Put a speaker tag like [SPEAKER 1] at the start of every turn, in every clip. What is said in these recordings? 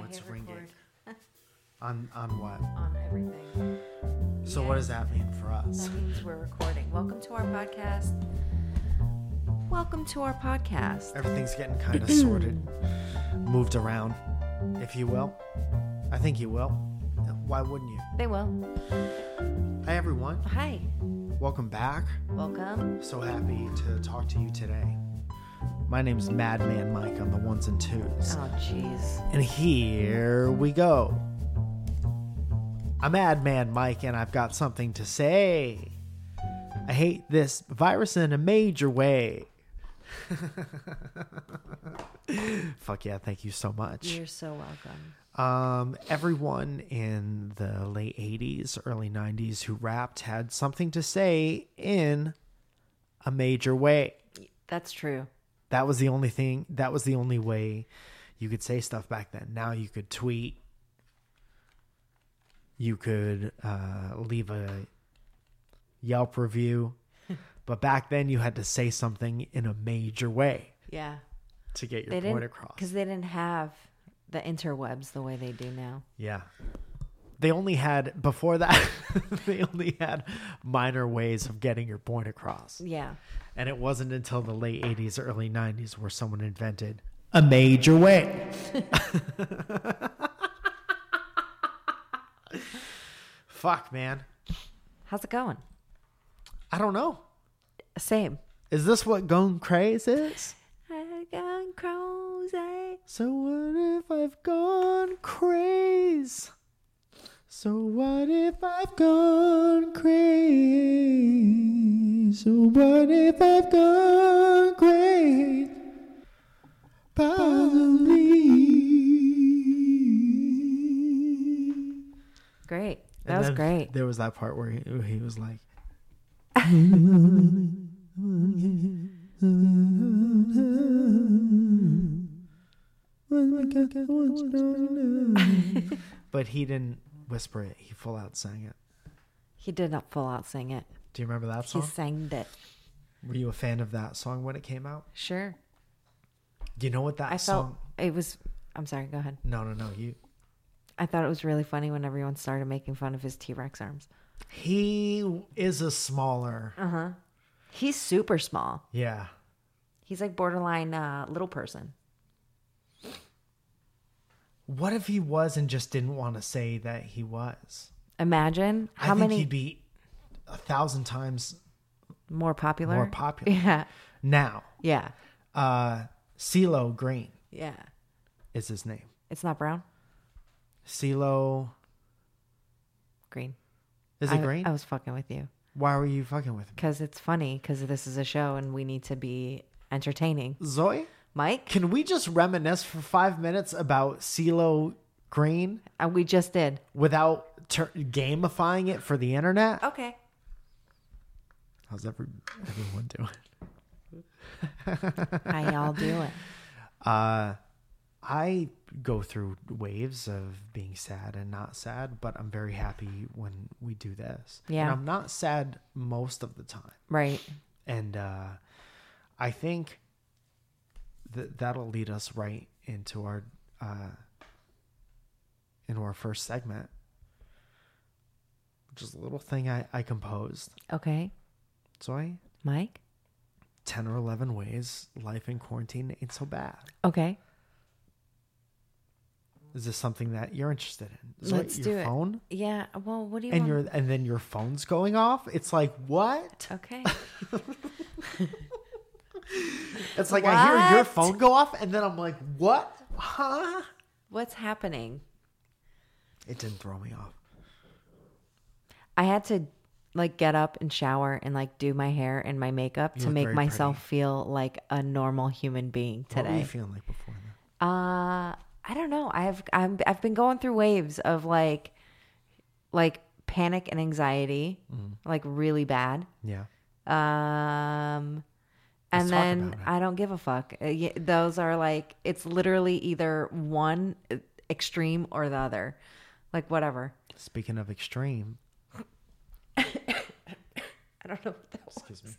[SPEAKER 1] let's
[SPEAKER 2] Oh, hit
[SPEAKER 1] ring
[SPEAKER 2] record
[SPEAKER 1] it. On on what?
[SPEAKER 2] on everything.
[SPEAKER 1] So
[SPEAKER 2] Yeah.
[SPEAKER 1] what does that mean for us?
[SPEAKER 2] That means we're recording. Welcome to our podcast. Welcome to our podcast.
[SPEAKER 1] Everything's getting kind of sorted, moved around, if you will. I think you will. Why wouldn't you?
[SPEAKER 2] They will.
[SPEAKER 1] Hi everyone,
[SPEAKER 2] Hi.
[SPEAKER 1] welcome back.
[SPEAKER 2] Welcome.
[SPEAKER 1] So happy to talk to you today. My name's Madman Mike on the ones and twos.
[SPEAKER 2] Oh, jeez.
[SPEAKER 1] And here we go. I'm Adman Mike, and I've got something to say. I hate this virus in a major way. Fuck yeah, thank you so much.
[SPEAKER 2] You're so welcome.
[SPEAKER 1] Um, everyone in the late 80s, early 90s who rapped had something to say in a major way
[SPEAKER 2] That's true.
[SPEAKER 1] that was the only thing that was the only way you could say stuff back then now you could tweet you could uh, leave a yelp review but back then you had to say something in a major way
[SPEAKER 2] Yeah.
[SPEAKER 1] to get your
[SPEAKER 2] They
[SPEAKER 1] point
[SPEAKER 2] didn't
[SPEAKER 1] across
[SPEAKER 2] because they didn't have the interwebs the way they do now.
[SPEAKER 1] yeah they only had before that they only had minor ways of getting your point across
[SPEAKER 2] Yeah.
[SPEAKER 1] and it wasn't until the late 80s early 90s where someone invented a major way Fuck, man.
[SPEAKER 2] How's it going?
[SPEAKER 1] I don't know.
[SPEAKER 2] Same.
[SPEAKER 1] Is this what gone craze is?
[SPEAKER 2] I've gone crazy.
[SPEAKER 1] So what if I've gone craze? So what if I've gone craze? So what if I've gone craze? Probably.
[SPEAKER 2] Great. That
[SPEAKER 1] And
[SPEAKER 2] was
[SPEAKER 1] then
[SPEAKER 2] great.
[SPEAKER 1] There was that part where he, he was like, but he didn't whisper it. He full out sang it.
[SPEAKER 2] He did not full out sing it.
[SPEAKER 1] Do you remember that
[SPEAKER 2] He
[SPEAKER 1] song?
[SPEAKER 2] sang it.
[SPEAKER 1] Were you a fan of that song when it came out?
[SPEAKER 2] Sure.
[SPEAKER 1] Do you know what that
[SPEAKER 2] I felt
[SPEAKER 1] song?
[SPEAKER 2] it was. I'm sorry. Go ahead.
[SPEAKER 1] No, no, no. You.
[SPEAKER 2] I thought it was really funny when everyone started making fun of his T Rex arms.
[SPEAKER 1] He is a smaller.
[SPEAKER 2] Uh. He's super small.
[SPEAKER 1] Yeah.
[SPEAKER 2] He's like borderline uh, little person.
[SPEAKER 1] What if he was and just didn't want to say that he was?
[SPEAKER 2] Imagine how
[SPEAKER 1] I think
[SPEAKER 2] many
[SPEAKER 1] he'd be a thousand times
[SPEAKER 2] more popular.
[SPEAKER 1] more popular.
[SPEAKER 2] Yeah.
[SPEAKER 1] Now,
[SPEAKER 2] Yeah.
[SPEAKER 1] uh, CeeLo Green
[SPEAKER 2] Yeah.
[SPEAKER 1] is his name.
[SPEAKER 2] It's not brown.
[SPEAKER 1] CeeLo,
[SPEAKER 2] Green.
[SPEAKER 1] is
[SPEAKER 2] I,
[SPEAKER 1] it Green?
[SPEAKER 2] I was fucking with you
[SPEAKER 1] Why were you fucking with me?
[SPEAKER 2] because it's funny because this is a show and we need to be entertaining.
[SPEAKER 1] Zoe,
[SPEAKER 2] Mike,
[SPEAKER 1] can we just reminisce for five minutes about CeeLo Green
[SPEAKER 2] uh, we just did.
[SPEAKER 1] without tur gamifying it for the internet?
[SPEAKER 2] Okay.
[SPEAKER 1] How's every, everyone doing?
[SPEAKER 2] How y'all doing?
[SPEAKER 1] Uh, I go through waves of being sad and not sad, but I'm very happy when we do this.
[SPEAKER 2] Yeah.
[SPEAKER 1] And I'm not sad most of the time.
[SPEAKER 2] Right.
[SPEAKER 1] And uh, I think that that'll lead us right into our uh, into our first segment, which is a little thing I, I composed.
[SPEAKER 2] Okay.
[SPEAKER 1] So I
[SPEAKER 2] Mike.
[SPEAKER 1] ten or eleven ways life in quarantine ain't so bad.
[SPEAKER 2] Okay.
[SPEAKER 1] Is this something that you're interested in? Is
[SPEAKER 2] Let's
[SPEAKER 1] your
[SPEAKER 2] do it.
[SPEAKER 1] phone?
[SPEAKER 2] Yeah. Well, what do you
[SPEAKER 1] And
[SPEAKER 2] want?
[SPEAKER 1] your and then your phone's going off. It's like what?
[SPEAKER 2] Okay.
[SPEAKER 1] It's like I hear your
[SPEAKER 2] What?
[SPEAKER 1] phone go off, and then I'm like, what? Huh?
[SPEAKER 2] What's happening?
[SPEAKER 1] It didn't throw me off.
[SPEAKER 2] I had to like get up and shower and like do my hair and my makeup to
[SPEAKER 1] look
[SPEAKER 2] make
[SPEAKER 1] very
[SPEAKER 2] myself feel like a normal human being
[SPEAKER 1] What were you
[SPEAKER 2] today.
[SPEAKER 1] feeling like before that?
[SPEAKER 2] Uh, I don't know. I've I'm, I've been going through waves of like like panic and anxiety,
[SPEAKER 1] Mm-hmm.
[SPEAKER 2] like really bad.
[SPEAKER 1] Yeah.
[SPEAKER 2] Um,
[SPEAKER 1] talk
[SPEAKER 2] and then
[SPEAKER 1] about it.
[SPEAKER 2] I don't give a fuck. Uh, y- Those are like it's literally either one uh, extreme or the other, like whatever.
[SPEAKER 1] Speaking of extreme,
[SPEAKER 2] I don't know. What that was.
[SPEAKER 1] excuse me.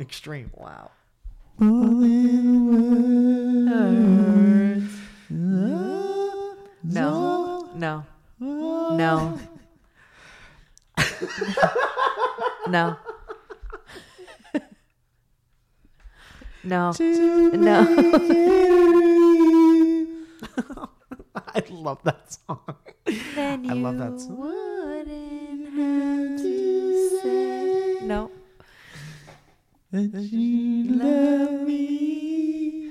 [SPEAKER 1] Extreme.
[SPEAKER 2] Oh, Wow. No. No. No. no. No. No.
[SPEAKER 1] I love that song.
[SPEAKER 2] Then
[SPEAKER 1] I love that
[SPEAKER 2] you
[SPEAKER 1] song.
[SPEAKER 2] Wouldn't have to say no.
[SPEAKER 1] That you love me,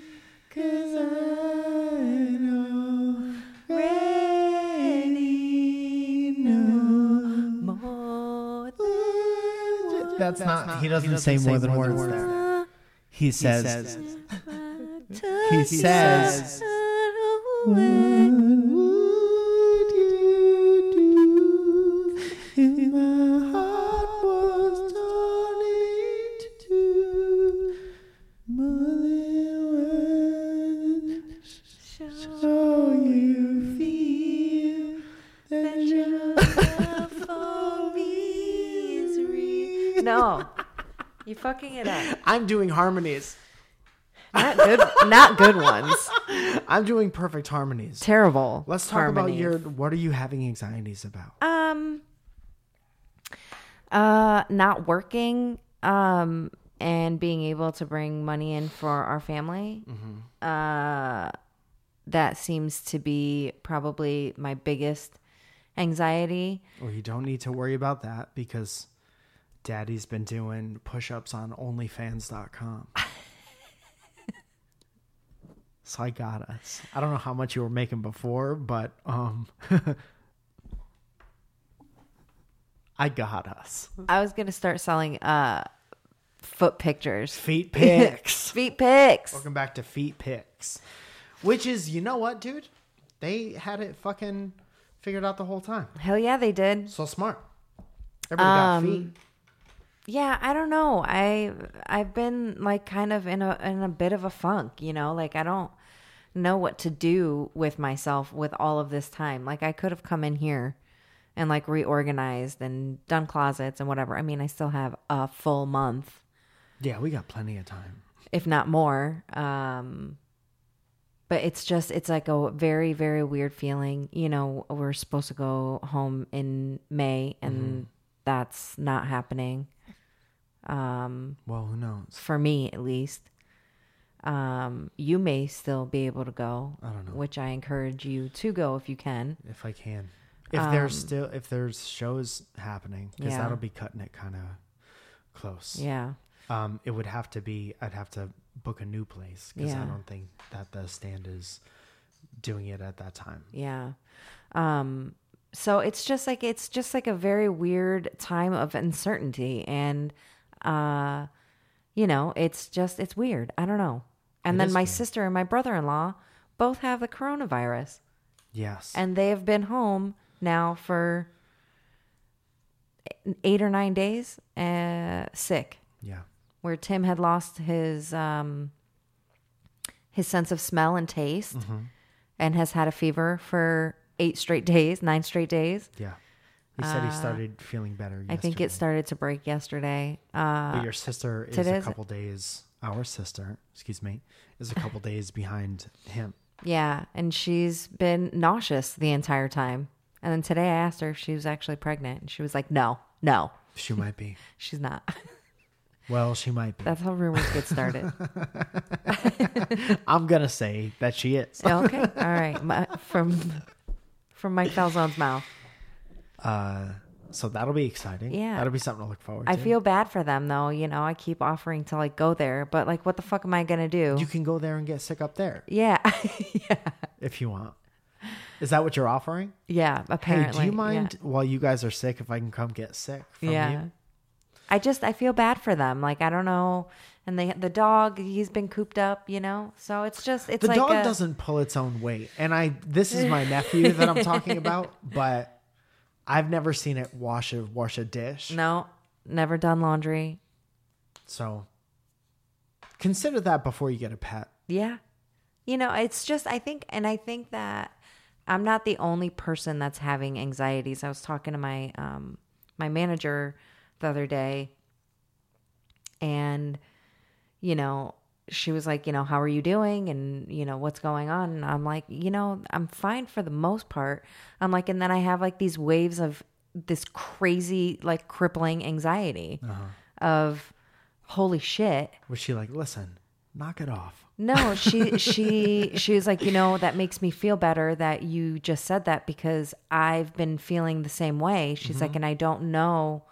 [SPEAKER 1] cause I already know.
[SPEAKER 2] More
[SPEAKER 1] That's, not, He doesn't,
[SPEAKER 3] say more than words there.
[SPEAKER 2] than
[SPEAKER 3] He says,
[SPEAKER 2] a
[SPEAKER 3] he says,
[SPEAKER 2] touch away.
[SPEAKER 1] Would you do if my heart was torn into more than words? So you feel that your love for me is real.
[SPEAKER 2] No. You fucking it up.
[SPEAKER 1] I'm doing harmonies.
[SPEAKER 2] Not good not good ones.
[SPEAKER 1] I'm doing perfect harmonies.
[SPEAKER 2] Terrible.
[SPEAKER 1] Let's talk about
[SPEAKER 2] harmony.
[SPEAKER 1] your what are you having anxieties about?
[SPEAKER 2] um uh not working um and being able to bring money in for our family uh that seems to be probably my biggest anxiety
[SPEAKER 1] Well, you don't need to worry about that because daddy's been doing push ups on OnlyFans.com. so I got us. I don't know how much you were making before, but um, I got us.
[SPEAKER 2] i was gonna start selling uh foot pictures
[SPEAKER 1] Feet picks.
[SPEAKER 2] feet pics
[SPEAKER 1] Welcome back to Feet Picks, which is, you know what, dude? They had it fucking figured out the whole time.
[SPEAKER 2] hell yeah they did
[SPEAKER 1] So smart. Everybody got
[SPEAKER 2] Um,
[SPEAKER 1] feet.
[SPEAKER 2] yeah i don't know i i've been like kind of in a in a bit of a funk you know like i don't know what to do with myself with all of this time like i could have come in here and like reorganized and done closets and whatever i mean i still have a full month
[SPEAKER 1] Yeah, we got plenty of time.
[SPEAKER 2] if not more um but it's just it's like a very very weird feeling you know we're supposed to go home in may and that's not happening um
[SPEAKER 1] Well, who knows?
[SPEAKER 2] for me at least. Um, you may still be able to go. I
[SPEAKER 1] don't know.
[SPEAKER 2] Which I encourage you to go if you can.
[SPEAKER 1] if I can. If there's still if there's shows happening, because
[SPEAKER 2] Um, Yeah.
[SPEAKER 1] that'll be cutting it kind of close.
[SPEAKER 2] Yeah.
[SPEAKER 1] Um, it would have to be. I'd have to book a new place because I
[SPEAKER 2] Yeah.
[SPEAKER 1] don't think that the stand is doing it at that time.
[SPEAKER 2] Yeah. Um, so it's just like it's just like a very weird time of uncertainty and uh you know, it's just it's weird. I don't know. And then my sister and my brother-in-law both have the coronavirus
[SPEAKER 1] Yes.
[SPEAKER 2] and they have been home now for 8 or 9 days uh sick.
[SPEAKER 1] yeah.
[SPEAKER 2] where Tim had lost his um, his sense of smell and taste, and has had a fever for eight straight days, nine straight days.
[SPEAKER 1] Yeah. He said he started feeling better. Yesterday.
[SPEAKER 2] Uh, I think it started to break yesterday. Uh,
[SPEAKER 1] But your sister is a
[SPEAKER 2] today's-
[SPEAKER 1] couple days. Our sister, excuse me, is a couple days behind him.
[SPEAKER 2] yeah, and she's been nauseous the entire time. And then today I asked her if she was actually pregnant, and she was like, "No, no,
[SPEAKER 1] She might be.
[SPEAKER 2] she's not."
[SPEAKER 1] Well, she might be.
[SPEAKER 2] That's how rumors get started.
[SPEAKER 1] I'm gonna say that she is.
[SPEAKER 2] okay, all right, my, from from Mike Falzone's mouth.
[SPEAKER 1] Uh, so that'll be exciting.
[SPEAKER 2] Yeah.
[SPEAKER 1] that'll be something to look forward
[SPEAKER 2] I
[SPEAKER 1] to.
[SPEAKER 2] feel bad for them though. You know, I keep offering to like go there, but like, what the fuck am I gonna do?
[SPEAKER 1] you can go there and get sick up there
[SPEAKER 2] yeah,
[SPEAKER 1] if you want. Is that what you're offering?
[SPEAKER 2] yeah. Apparently,
[SPEAKER 1] hey, do you
[SPEAKER 2] yeah.
[SPEAKER 1] mind while you guys are sick if I can come get sick from
[SPEAKER 2] Yeah.
[SPEAKER 1] you?
[SPEAKER 2] I just I feel bad for them. Like I don't know, and they the dog he's been cooped up, you know. So it's just it's
[SPEAKER 1] The
[SPEAKER 2] like
[SPEAKER 1] dog
[SPEAKER 2] a-
[SPEAKER 1] doesn't pull its own weight, and I this is my nephew that I'm talking about, but I've never seen it wash a wash a dish.
[SPEAKER 2] no never done laundry.
[SPEAKER 1] So consider that before you get a pet.
[SPEAKER 2] Yeah. You know, it's just, I think, and I think that I'm not the only person that's having anxieties. I was talking to my um, my manager the other day and you know she was like you know how are you doing and you know what's going on and i'm like you know i'm fine for the most part i'm like and then i have like these waves of this crazy like crippling anxiety of holy shit
[SPEAKER 1] Was she like, listen, knock it off?
[SPEAKER 2] no, she she she was like, you know, that makes me feel better that you just said that because I've been feeling the same way. She's
[SPEAKER 1] Mm-hmm.
[SPEAKER 2] like, and I don't know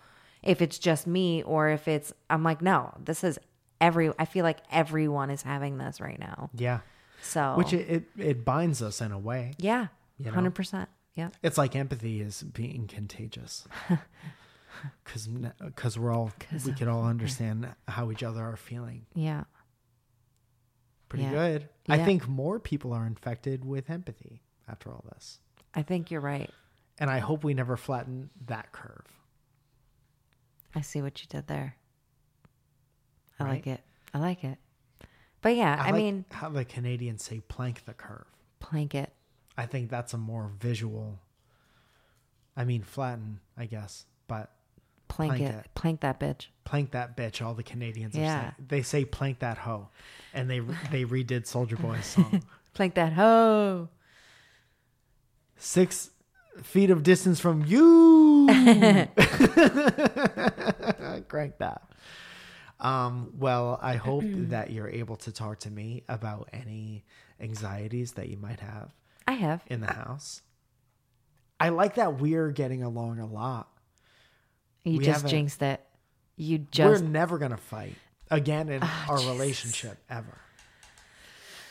[SPEAKER 2] if it's just me or if it's I'm like, no, this is every I feel like everyone is having this right now.
[SPEAKER 1] Yeah.
[SPEAKER 2] So
[SPEAKER 1] Which it, it, it binds us in a way.
[SPEAKER 2] yeah,
[SPEAKER 1] You know?
[SPEAKER 2] hundred percent. Yeah.
[SPEAKER 1] It's like empathy is being contagious. Because because we're all we could all understand how each other are feeling
[SPEAKER 2] Yeah.
[SPEAKER 1] pretty
[SPEAKER 2] Yeah.
[SPEAKER 1] good. I
[SPEAKER 2] Yeah.
[SPEAKER 1] think more people are infected with empathy after all this,
[SPEAKER 2] I think you're right.
[SPEAKER 1] and I hope we never flatten that curve.
[SPEAKER 2] I see what you did there. I like
[SPEAKER 1] Right.
[SPEAKER 2] it. I like it. But yeah, I,
[SPEAKER 1] like
[SPEAKER 2] mean
[SPEAKER 1] how the Canadians say plank the curve.
[SPEAKER 2] plank it.
[SPEAKER 1] I think that's a more visual. I mean, flatten, I guess, but
[SPEAKER 2] Plank,
[SPEAKER 1] Plank
[SPEAKER 2] it.
[SPEAKER 1] it.
[SPEAKER 2] Plank that bitch.
[SPEAKER 1] plank that bitch. All the Canadians are
[SPEAKER 2] Yeah.
[SPEAKER 1] saying they say plank that hoe, and they they redid Soldier Boy's song.
[SPEAKER 2] Plank that hoe.
[SPEAKER 1] Six feet of distance from you, crank that. Um, well, I hope that you're able to talk to me about any anxieties that you might have
[SPEAKER 2] I have.
[SPEAKER 1] in the house. I like that we're getting along a lot.
[SPEAKER 2] You
[SPEAKER 1] We
[SPEAKER 2] just
[SPEAKER 1] haven't-
[SPEAKER 2] jinxed it. You just Ah,
[SPEAKER 1] we're never gonna fight again in our relationship ever.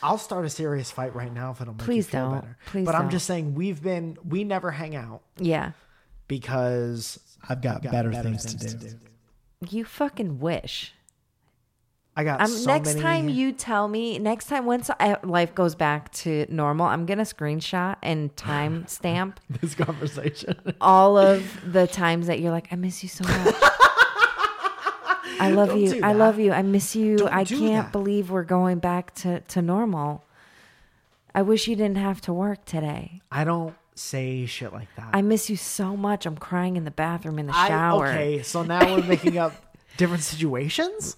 [SPEAKER 1] I'll start a serious fight right now if it'll make
[SPEAKER 2] Please
[SPEAKER 1] you feel
[SPEAKER 2] don't.
[SPEAKER 1] better.
[SPEAKER 2] Please
[SPEAKER 1] but I'm
[SPEAKER 2] don't.
[SPEAKER 1] just saying we've been we never hang out
[SPEAKER 2] yeah.
[SPEAKER 1] because
[SPEAKER 3] I've got, better, things, to, do.
[SPEAKER 2] You fucking wish.
[SPEAKER 1] I got
[SPEAKER 2] Um,
[SPEAKER 1] so
[SPEAKER 2] next
[SPEAKER 1] many.
[SPEAKER 2] time you tell me, next time once I, life goes back to normal, I'm gonna screenshot and time stamp
[SPEAKER 1] this conversation.
[SPEAKER 2] all of the times that you're like, I miss you so much. I love
[SPEAKER 1] Don't
[SPEAKER 2] you.
[SPEAKER 1] do
[SPEAKER 2] I
[SPEAKER 1] that.
[SPEAKER 2] love you. I miss you.
[SPEAKER 1] Don't
[SPEAKER 2] I
[SPEAKER 1] do
[SPEAKER 2] can't
[SPEAKER 1] that.
[SPEAKER 2] believe we're going back to, to normal. I wish you didn't have to work today.
[SPEAKER 1] I don't say shit like that.
[SPEAKER 2] I miss you so much. I'm crying in the bathroom in the
[SPEAKER 1] I-
[SPEAKER 2] shower.
[SPEAKER 1] okay, so now we're making up different situations.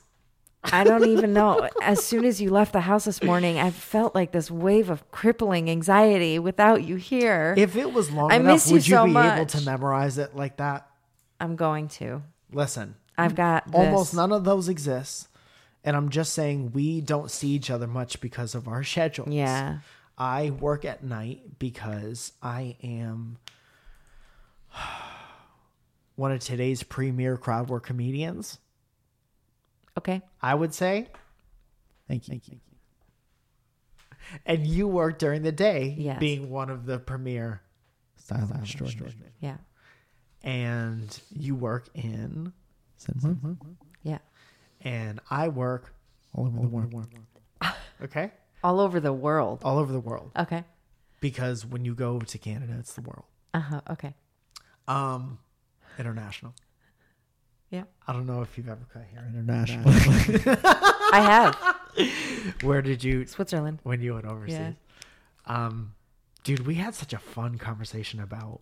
[SPEAKER 2] I don't even know. As soon as you left the house this morning, I felt like this wave of crippling anxiety without you here.
[SPEAKER 1] If it was long
[SPEAKER 2] I
[SPEAKER 1] enough,
[SPEAKER 2] miss you
[SPEAKER 1] would you
[SPEAKER 2] so
[SPEAKER 1] be able
[SPEAKER 2] much.
[SPEAKER 1] to memorize it like that?
[SPEAKER 2] I'm going to.
[SPEAKER 1] Listen,
[SPEAKER 2] I've got
[SPEAKER 1] almost
[SPEAKER 2] this.
[SPEAKER 1] none of those exist and i'm just saying we don't see each other much because of our schedules
[SPEAKER 2] Yeah.
[SPEAKER 1] i work at night because i am one of today's premier crowd work comedians
[SPEAKER 2] Okay.
[SPEAKER 1] i would say
[SPEAKER 3] Thank you. Thank you.
[SPEAKER 1] and you work during the day
[SPEAKER 2] Yes.
[SPEAKER 1] being one of the premier
[SPEAKER 3] Silent, extraordinary.
[SPEAKER 2] Yeah.
[SPEAKER 1] and you work in
[SPEAKER 3] Cinema.
[SPEAKER 2] Yeah.
[SPEAKER 1] and i work
[SPEAKER 3] All over the world.
[SPEAKER 1] okay
[SPEAKER 2] All over the world.
[SPEAKER 1] all over the world
[SPEAKER 2] Okay.
[SPEAKER 1] because when you go to canada it's the world
[SPEAKER 2] Uh huh. Okay.
[SPEAKER 1] um international
[SPEAKER 2] Yeah.
[SPEAKER 1] I don't know if you've ever cut hair
[SPEAKER 3] International.
[SPEAKER 2] I have
[SPEAKER 1] Where did you
[SPEAKER 2] Switzerland.
[SPEAKER 1] when you went overseas? Um, dude, we had such a fun conversation about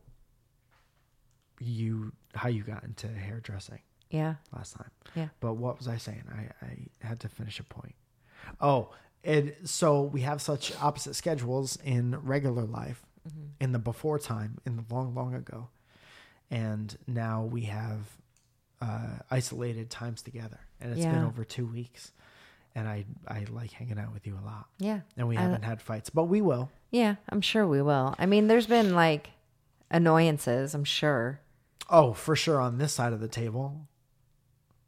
[SPEAKER 1] you how you got into hairdressing
[SPEAKER 2] Yeah.
[SPEAKER 1] last time.
[SPEAKER 2] Yeah.
[SPEAKER 1] But what was I saying? I, I had to finish a point. Oh, and so we have such opposite schedules in regular life,
[SPEAKER 2] Mm-hmm.
[SPEAKER 1] in the before time, in the long, long ago. And now we have uh, isolated times together. And it's been
[SPEAKER 2] Yeah.
[SPEAKER 1] over two weeks. And I, I like hanging out with you a lot.
[SPEAKER 2] Yeah.
[SPEAKER 1] And we
[SPEAKER 2] I-
[SPEAKER 1] haven't had fights, but we will.
[SPEAKER 2] Yeah. I'm sure we will. I mean, there's been like annoyances. I'm sure.
[SPEAKER 1] Oh, for sure on this side of the table.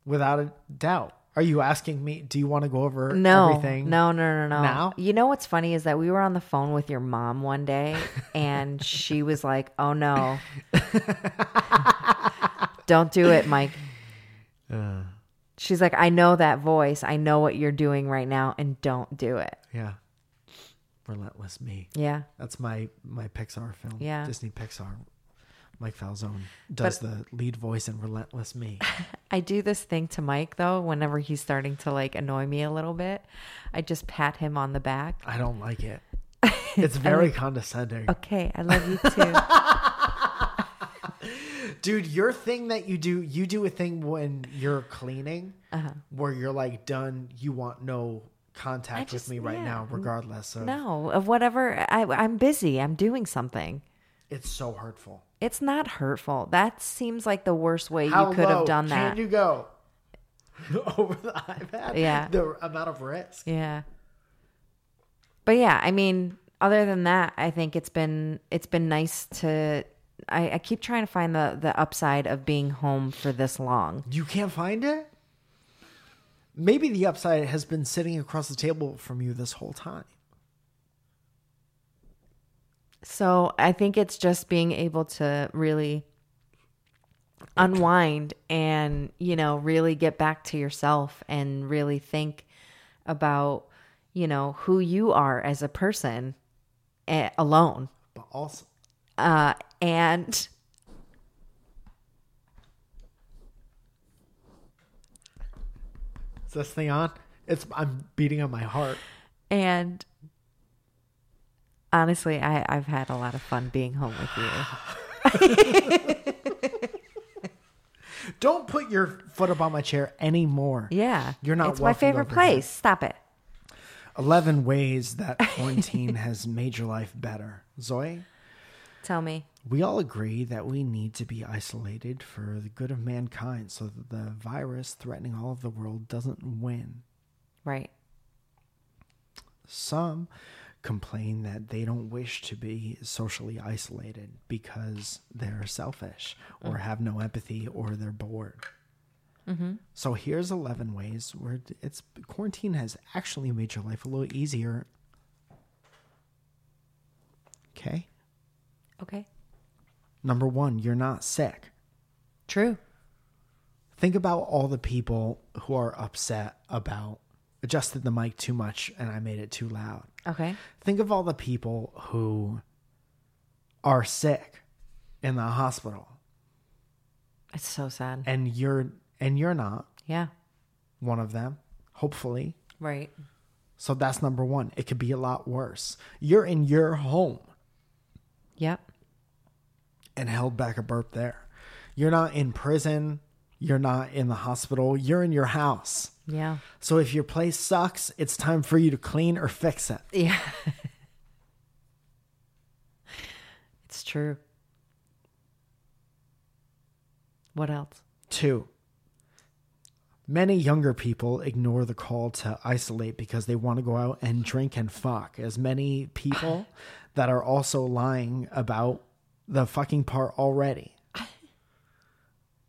[SPEAKER 1] Without a doubt. Are you asking me, do you want to go over
[SPEAKER 2] no,
[SPEAKER 1] everything?
[SPEAKER 2] No, no, no, no.
[SPEAKER 1] now?
[SPEAKER 2] You know what's funny is that we were on the phone with your mom one day and she was like, Oh no. Don't do it, Mike. She's like, I know that voice. I know what you're doing right now and don't do it.
[SPEAKER 1] Yeah. Relentless Me.
[SPEAKER 2] Yeah.
[SPEAKER 1] That's my my Pixar film.
[SPEAKER 2] Yeah.
[SPEAKER 1] Disney Pixar. Mike Falzone does the lead voice in Relentless Me.
[SPEAKER 2] I do this thing to Mike though, whenever he's starting to like annoy me a little bit. I just pat him on the back.
[SPEAKER 1] I don't like it. It's very condescending.
[SPEAKER 2] Okay, I love you too.
[SPEAKER 1] Dude, your thing that you do, you do a thing when you're cleaning
[SPEAKER 2] Uh-huh.
[SPEAKER 1] where you're like done, you want no contact
[SPEAKER 2] just-
[SPEAKER 1] with me right
[SPEAKER 2] yeah.
[SPEAKER 1] now, regardless of
[SPEAKER 2] No, of whatever. I, I'm busy. I'm doing something.
[SPEAKER 1] it's so hurtful.
[SPEAKER 2] It's not hurtful. That seems like the worst way
[SPEAKER 1] How
[SPEAKER 2] you could
[SPEAKER 1] low
[SPEAKER 2] have done that.
[SPEAKER 1] Can you go over the iPad?
[SPEAKER 2] Yeah.
[SPEAKER 1] The amount of risk.
[SPEAKER 2] yeah. But yeah, I mean, other than that, I think it's been it's been nice to. I, I keep trying to find the the upside of being home for this long.
[SPEAKER 1] You can't find it? Maybe the upside has been sitting across the table from you this whole time.
[SPEAKER 2] So I think it's just being able to really unwind and, you know, really get back to yourself and really think about, you know, who you are as a person eh, alone.
[SPEAKER 1] But also,
[SPEAKER 2] Uh, and
[SPEAKER 1] is this thing on? It's I'm beating on my heart.
[SPEAKER 2] and honestly, I, I've had a lot of fun being home with you.
[SPEAKER 1] Don't put your foot up on my chair anymore.
[SPEAKER 2] Yeah.
[SPEAKER 1] You're not
[SPEAKER 2] It's my
[SPEAKER 1] welcomed
[SPEAKER 2] favorite
[SPEAKER 1] over
[SPEAKER 2] place. Stop it.
[SPEAKER 1] 11 ways that quarantine has made your life better. Zoe,
[SPEAKER 2] Tell me.
[SPEAKER 1] we all agree that we need to be isolated for the good of mankind so that the virus threatening all of the world doesn't win.
[SPEAKER 2] Right.
[SPEAKER 1] Some complain that they don't wish to be socially isolated because they're selfish or have no empathy or they're bored. So here's 11 ways where it's quarantine has actually made your life a little easier. Okay.
[SPEAKER 2] Okay.
[SPEAKER 1] Number one, you're not sick.
[SPEAKER 2] True.
[SPEAKER 1] Think about all the people who are upset about adjusted the mic too much and I made it too loud.
[SPEAKER 2] Okay.
[SPEAKER 1] Think of all the people who are sick in the hospital
[SPEAKER 2] It's so sad.
[SPEAKER 1] and you're and you're not
[SPEAKER 2] Yeah.
[SPEAKER 1] one of them, hopefully.
[SPEAKER 2] Right.
[SPEAKER 1] So that's number 1. It could be a lot worse. You're in your home
[SPEAKER 2] Yep.
[SPEAKER 1] and held back a burp there. You're not in prison, you're not in the hospital, you're in your house.
[SPEAKER 2] Yeah.
[SPEAKER 1] So if your place sucks, it's time for you to clean or fix it.
[SPEAKER 2] Yeah. it's true. What else?
[SPEAKER 1] Two. Many younger people ignore the call to isolate because they want to go out and drink and fuck. As many people that are also lying about the fucking part already.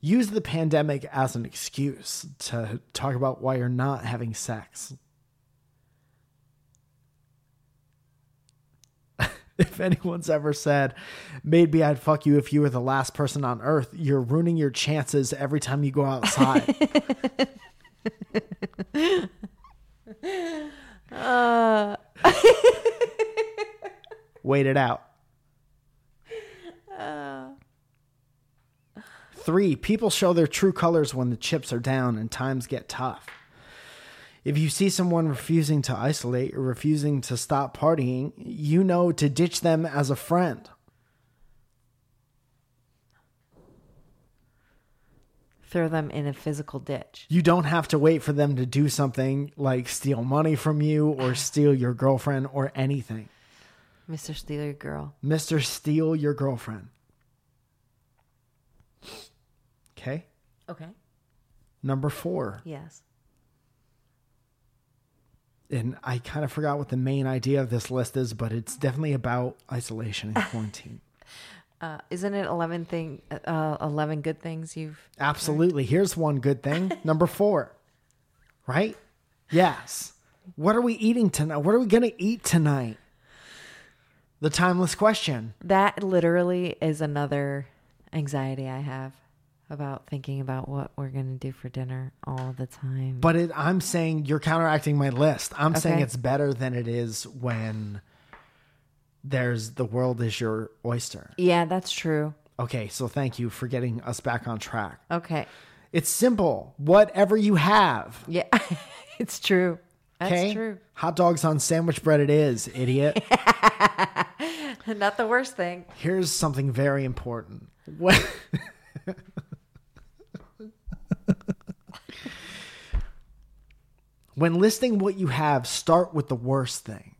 [SPEAKER 1] Use the pandemic as an excuse to talk about why you're not having sex. if anyone's ever said, maybe I'd fuck you if you were the last person on earth, you're ruining your chances every time you go outside. Wait it out. Three, people show their true colors when the chips are down and times get tough. If you see someone refusing to isolate or refusing to stop partying, you know to ditch them as a friend.
[SPEAKER 2] Throw them in a physical ditch.
[SPEAKER 1] You don't have to wait for them to do something like steal money from you or steal your girlfriend or anything.
[SPEAKER 2] Mr. Steal Your Girl.
[SPEAKER 1] Mr. Steal Your Girlfriend. Okay.
[SPEAKER 2] Okay.
[SPEAKER 1] Number four.
[SPEAKER 2] Yes.
[SPEAKER 1] And I kind of forgot what the main idea of this list is, but it's definitely about isolation and quarantine.
[SPEAKER 2] Uh, isn't it 11 thing uh, 11 good things you've
[SPEAKER 1] Absolutely. Here's one good thing. Number four, right? Yes. What are we eating tonight? What are we going to eat tonight? The timeless question.
[SPEAKER 2] That literally is another anxiety I have about thinking about what we're going to do for dinner all the time.
[SPEAKER 1] But it, I'm saying you're counteracting my list. I'm saying
[SPEAKER 2] Okay.
[SPEAKER 1] it's better than it is when there's the world is your oyster.
[SPEAKER 2] yeah, that's true.
[SPEAKER 1] Okay, so thank you for getting us back on track.
[SPEAKER 2] Okay.
[SPEAKER 1] It's simple. Whatever you have.
[SPEAKER 2] Yeah, it's true. That's
[SPEAKER 1] Okay.
[SPEAKER 2] true.
[SPEAKER 1] Hot dogs on sandwich bread it is, idiot.
[SPEAKER 2] Not the worst thing.
[SPEAKER 1] Here's something very important. When, when listing what you have, start with the worst thing.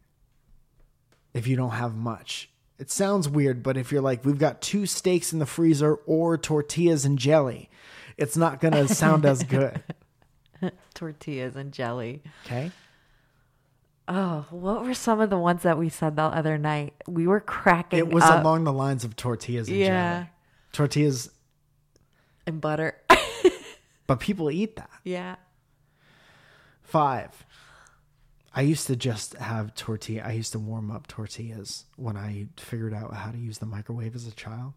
[SPEAKER 1] If you don't have much, it sounds weird, but if you're like, we've got two steaks in the freezer or tortillas and jelly, it's not going to sound as good.
[SPEAKER 2] Tortillas and jelly.
[SPEAKER 1] Okay.
[SPEAKER 2] Oh, what were some of the ones that we said the other night? We were cracking.
[SPEAKER 1] It was
[SPEAKER 2] up.
[SPEAKER 1] along the lines of tortillas and
[SPEAKER 2] uh, Yeah.
[SPEAKER 1] jelly. Tortillas,
[SPEAKER 2] and butter.
[SPEAKER 1] but people eat that.
[SPEAKER 2] yeah.
[SPEAKER 1] Five. I used to just have tortilla. I used to warm up tortillas when I figured out how to use the microwave as a child,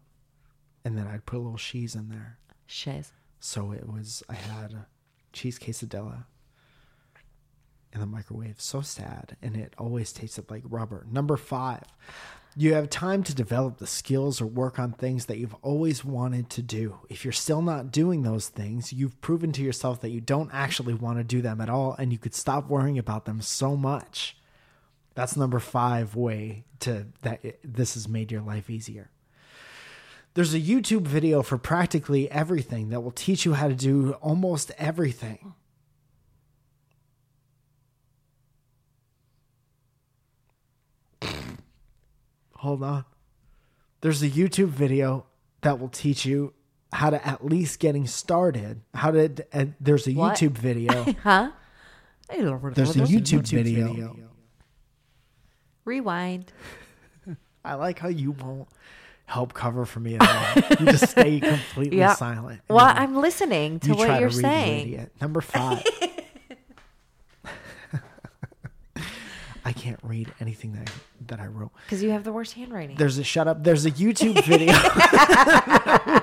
[SPEAKER 1] and then I'd put a little cheese in there.
[SPEAKER 2] Shiz.
[SPEAKER 1] So it was. I had a cheese quesadilla in the microwave. So sad, and it always tasted like rubber. Number five. You have time to develop the skills or work on things that you've always wanted to do. If you're still not doing those things, you've proven to yourself that you don't actually want to do them at all, and you could stop worrying about them so much. That's number five way to that it- this has made your life easier. There's a YouTube video for practically everything that will teach you how to do almost everything. Hold on. There's a YouTube video that will teach you how to at least getting started. How to and there's a
[SPEAKER 2] What?
[SPEAKER 1] YouTube video.
[SPEAKER 2] Huh?
[SPEAKER 3] There's a YouTube, video.
[SPEAKER 2] Rewind.
[SPEAKER 1] I like how you won't help cover for me at all. you just stay completely
[SPEAKER 2] Yeah.
[SPEAKER 1] silent.
[SPEAKER 2] Well,
[SPEAKER 1] And
[SPEAKER 2] I'm listening to
[SPEAKER 1] you
[SPEAKER 2] what
[SPEAKER 1] try
[SPEAKER 2] you're
[SPEAKER 1] read, you
[SPEAKER 2] saying.
[SPEAKER 1] idiot. Number five. I can't read anything that I, that I wrote.
[SPEAKER 2] Because you have the worst handwriting.
[SPEAKER 1] There's a shut up. There's a YouTube video.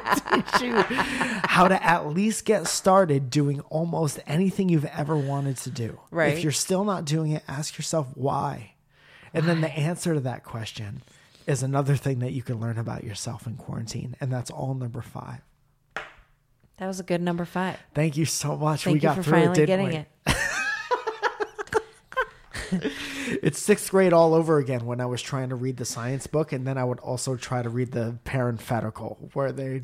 [SPEAKER 1] Teach you how to at least get started doing almost anything you've ever wanted to do.
[SPEAKER 2] Right.
[SPEAKER 1] If you're still not doing it, ask yourself why. And then the answer to that question is another thing that you can learn about yourself in quarantine. And that's all number five.
[SPEAKER 2] that was a good number five.
[SPEAKER 1] Thank you so much.
[SPEAKER 2] Thank
[SPEAKER 1] we got
[SPEAKER 2] you for
[SPEAKER 1] through
[SPEAKER 2] finally
[SPEAKER 1] it, didn't
[SPEAKER 2] getting
[SPEAKER 1] we?
[SPEAKER 2] it.
[SPEAKER 1] It's sixth grade all over again when I was trying to read the science book, and then I would also try to read the parenthetical, where they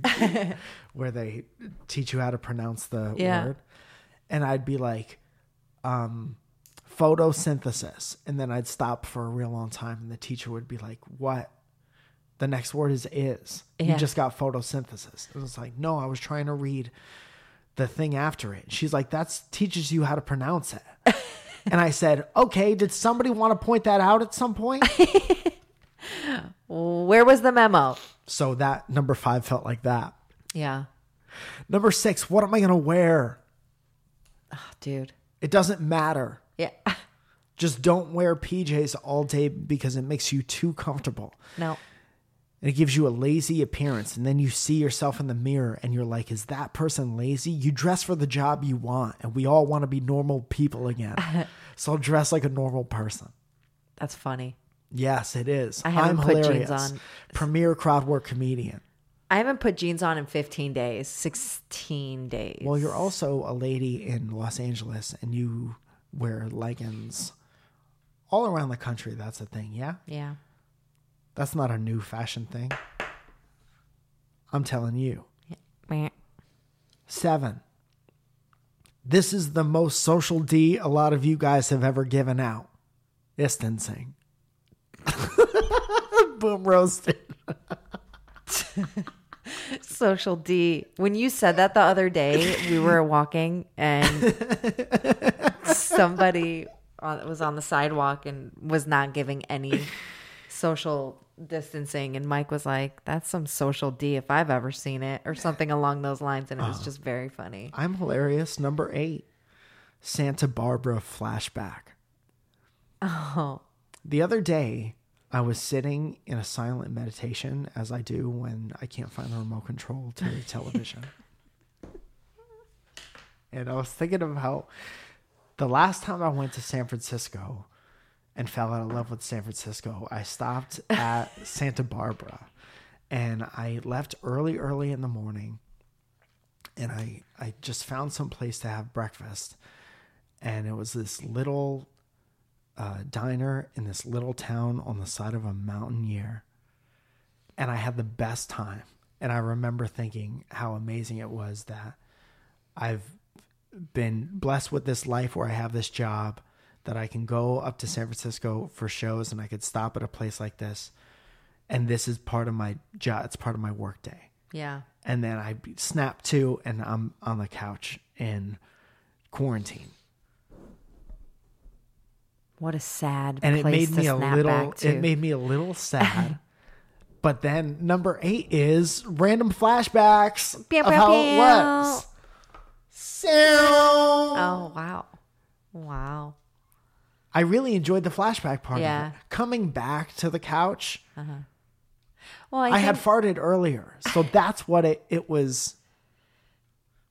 [SPEAKER 1] where they teach you how to pronounce the
[SPEAKER 2] Yeah.
[SPEAKER 1] word, and I'd be like, um, photosynthesis, and then I'd stop for a real long time, and the teacher would be like, "What?" The next word is is.
[SPEAKER 2] Yeah.
[SPEAKER 1] You just got photosynthesis. And it's like, no, I was trying to read the thing after it. She's like, that's teaches you how to pronounce it. and I said, okay, did somebody want to point that out at some point?
[SPEAKER 2] Where was the memo?
[SPEAKER 1] so that number five felt like that.
[SPEAKER 2] Yeah.
[SPEAKER 1] Number six, what am I going to wear?
[SPEAKER 2] Oh, dude.
[SPEAKER 1] It doesn't matter.
[SPEAKER 2] Yeah.
[SPEAKER 1] Just don't wear PJs all day because it makes you too comfortable.
[SPEAKER 2] No.
[SPEAKER 1] And it gives you a lazy appearance. And then you see yourself in the mirror and you're like, is that person lazy? You dress for the job you want. And we all want to be normal people again. so dress like a normal person.
[SPEAKER 2] That's funny.
[SPEAKER 1] Yes, it is.
[SPEAKER 2] I
[SPEAKER 1] am
[SPEAKER 2] haven't put jeans
[SPEAKER 1] hilarious.
[SPEAKER 2] on.
[SPEAKER 1] Premier crowd work comedian.
[SPEAKER 2] I haven't put jeans on in 15 days, 16 days.
[SPEAKER 1] Well, you're also a lady in Los Angeles and you wear leggings all around the country. That's a thing. Yeah.
[SPEAKER 2] yeah.
[SPEAKER 1] That's not a new fashion thing. I'm telling you.
[SPEAKER 2] Meh.
[SPEAKER 1] Seven. This is the most social D a lot of you guys have ever given out. Distancing. Boom roasted.
[SPEAKER 2] Social D. When you said that the other day, we were walking and somebody on, was on the sidewalk and was not giving any social distancing. And Mike was like, that's some social D if I've ever seen it, or something along those lines. And it
[SPEAKER 1] Oh.
[SPEAKER 2] was just very funny.
[SPEAKER 1] I'm hilarious. Number eight, Santa Barbara flashback.
[SPEAKER 2] Oh,
[SPEAKER 1] The other day, I was sitting in a silent meditation, as I do when I can't find the remote control to the television. and I was thinking of how the last time I went to San Francisco and fell out of love with San Francisco, I stopped at Santa Barbara and I left early, early in the morning. And I, I just found some place to have breakfast. And it was this little uh, diner in this little town on the side of a mountain year. And I had the best time. And I remember thinking how amazing it was that I've been blessed with this life where I have this job that I can go up to San Francisco for shows and I could stop at a place like this. And this is part of my job. It's part of my work day.
[SPEAKER 2] Yeah.
[SPEAKER 1] And then I snap to and I'm on the couch in quarantine.
[SPEAKER 2] What a sad
[SPEAKER 1] and it
[SPEAKER 2] place
[SPEAKER 1] made me
[SPEAKER 2] to
[SPEAKER 1] a
[SPEAKER 2] snap
[SPEAKER 1] little
[SPEAKER 2] back to.
[SPEAKER 1] it made me a little sad but then number eight is random flashbacks
[SPEAKER 2] Pew,
[SPEAKER 1] of
[SPEAKER 2] pew,
[SPEAKER 1] how
[SPEAKER 2] pew.
[SPEAKER 1] it was so
[SPEAKER 2] oh wow, wow.
[SPEAKER 1] i really enjoyed the flashback part
[SPEAKER 2] Yeah.
[SPEAKER 1] of it. coming back to the couch
[SPEAKER 2] Well, I,
[SPEAKER 1] i, had farted earlier so that's what it, it was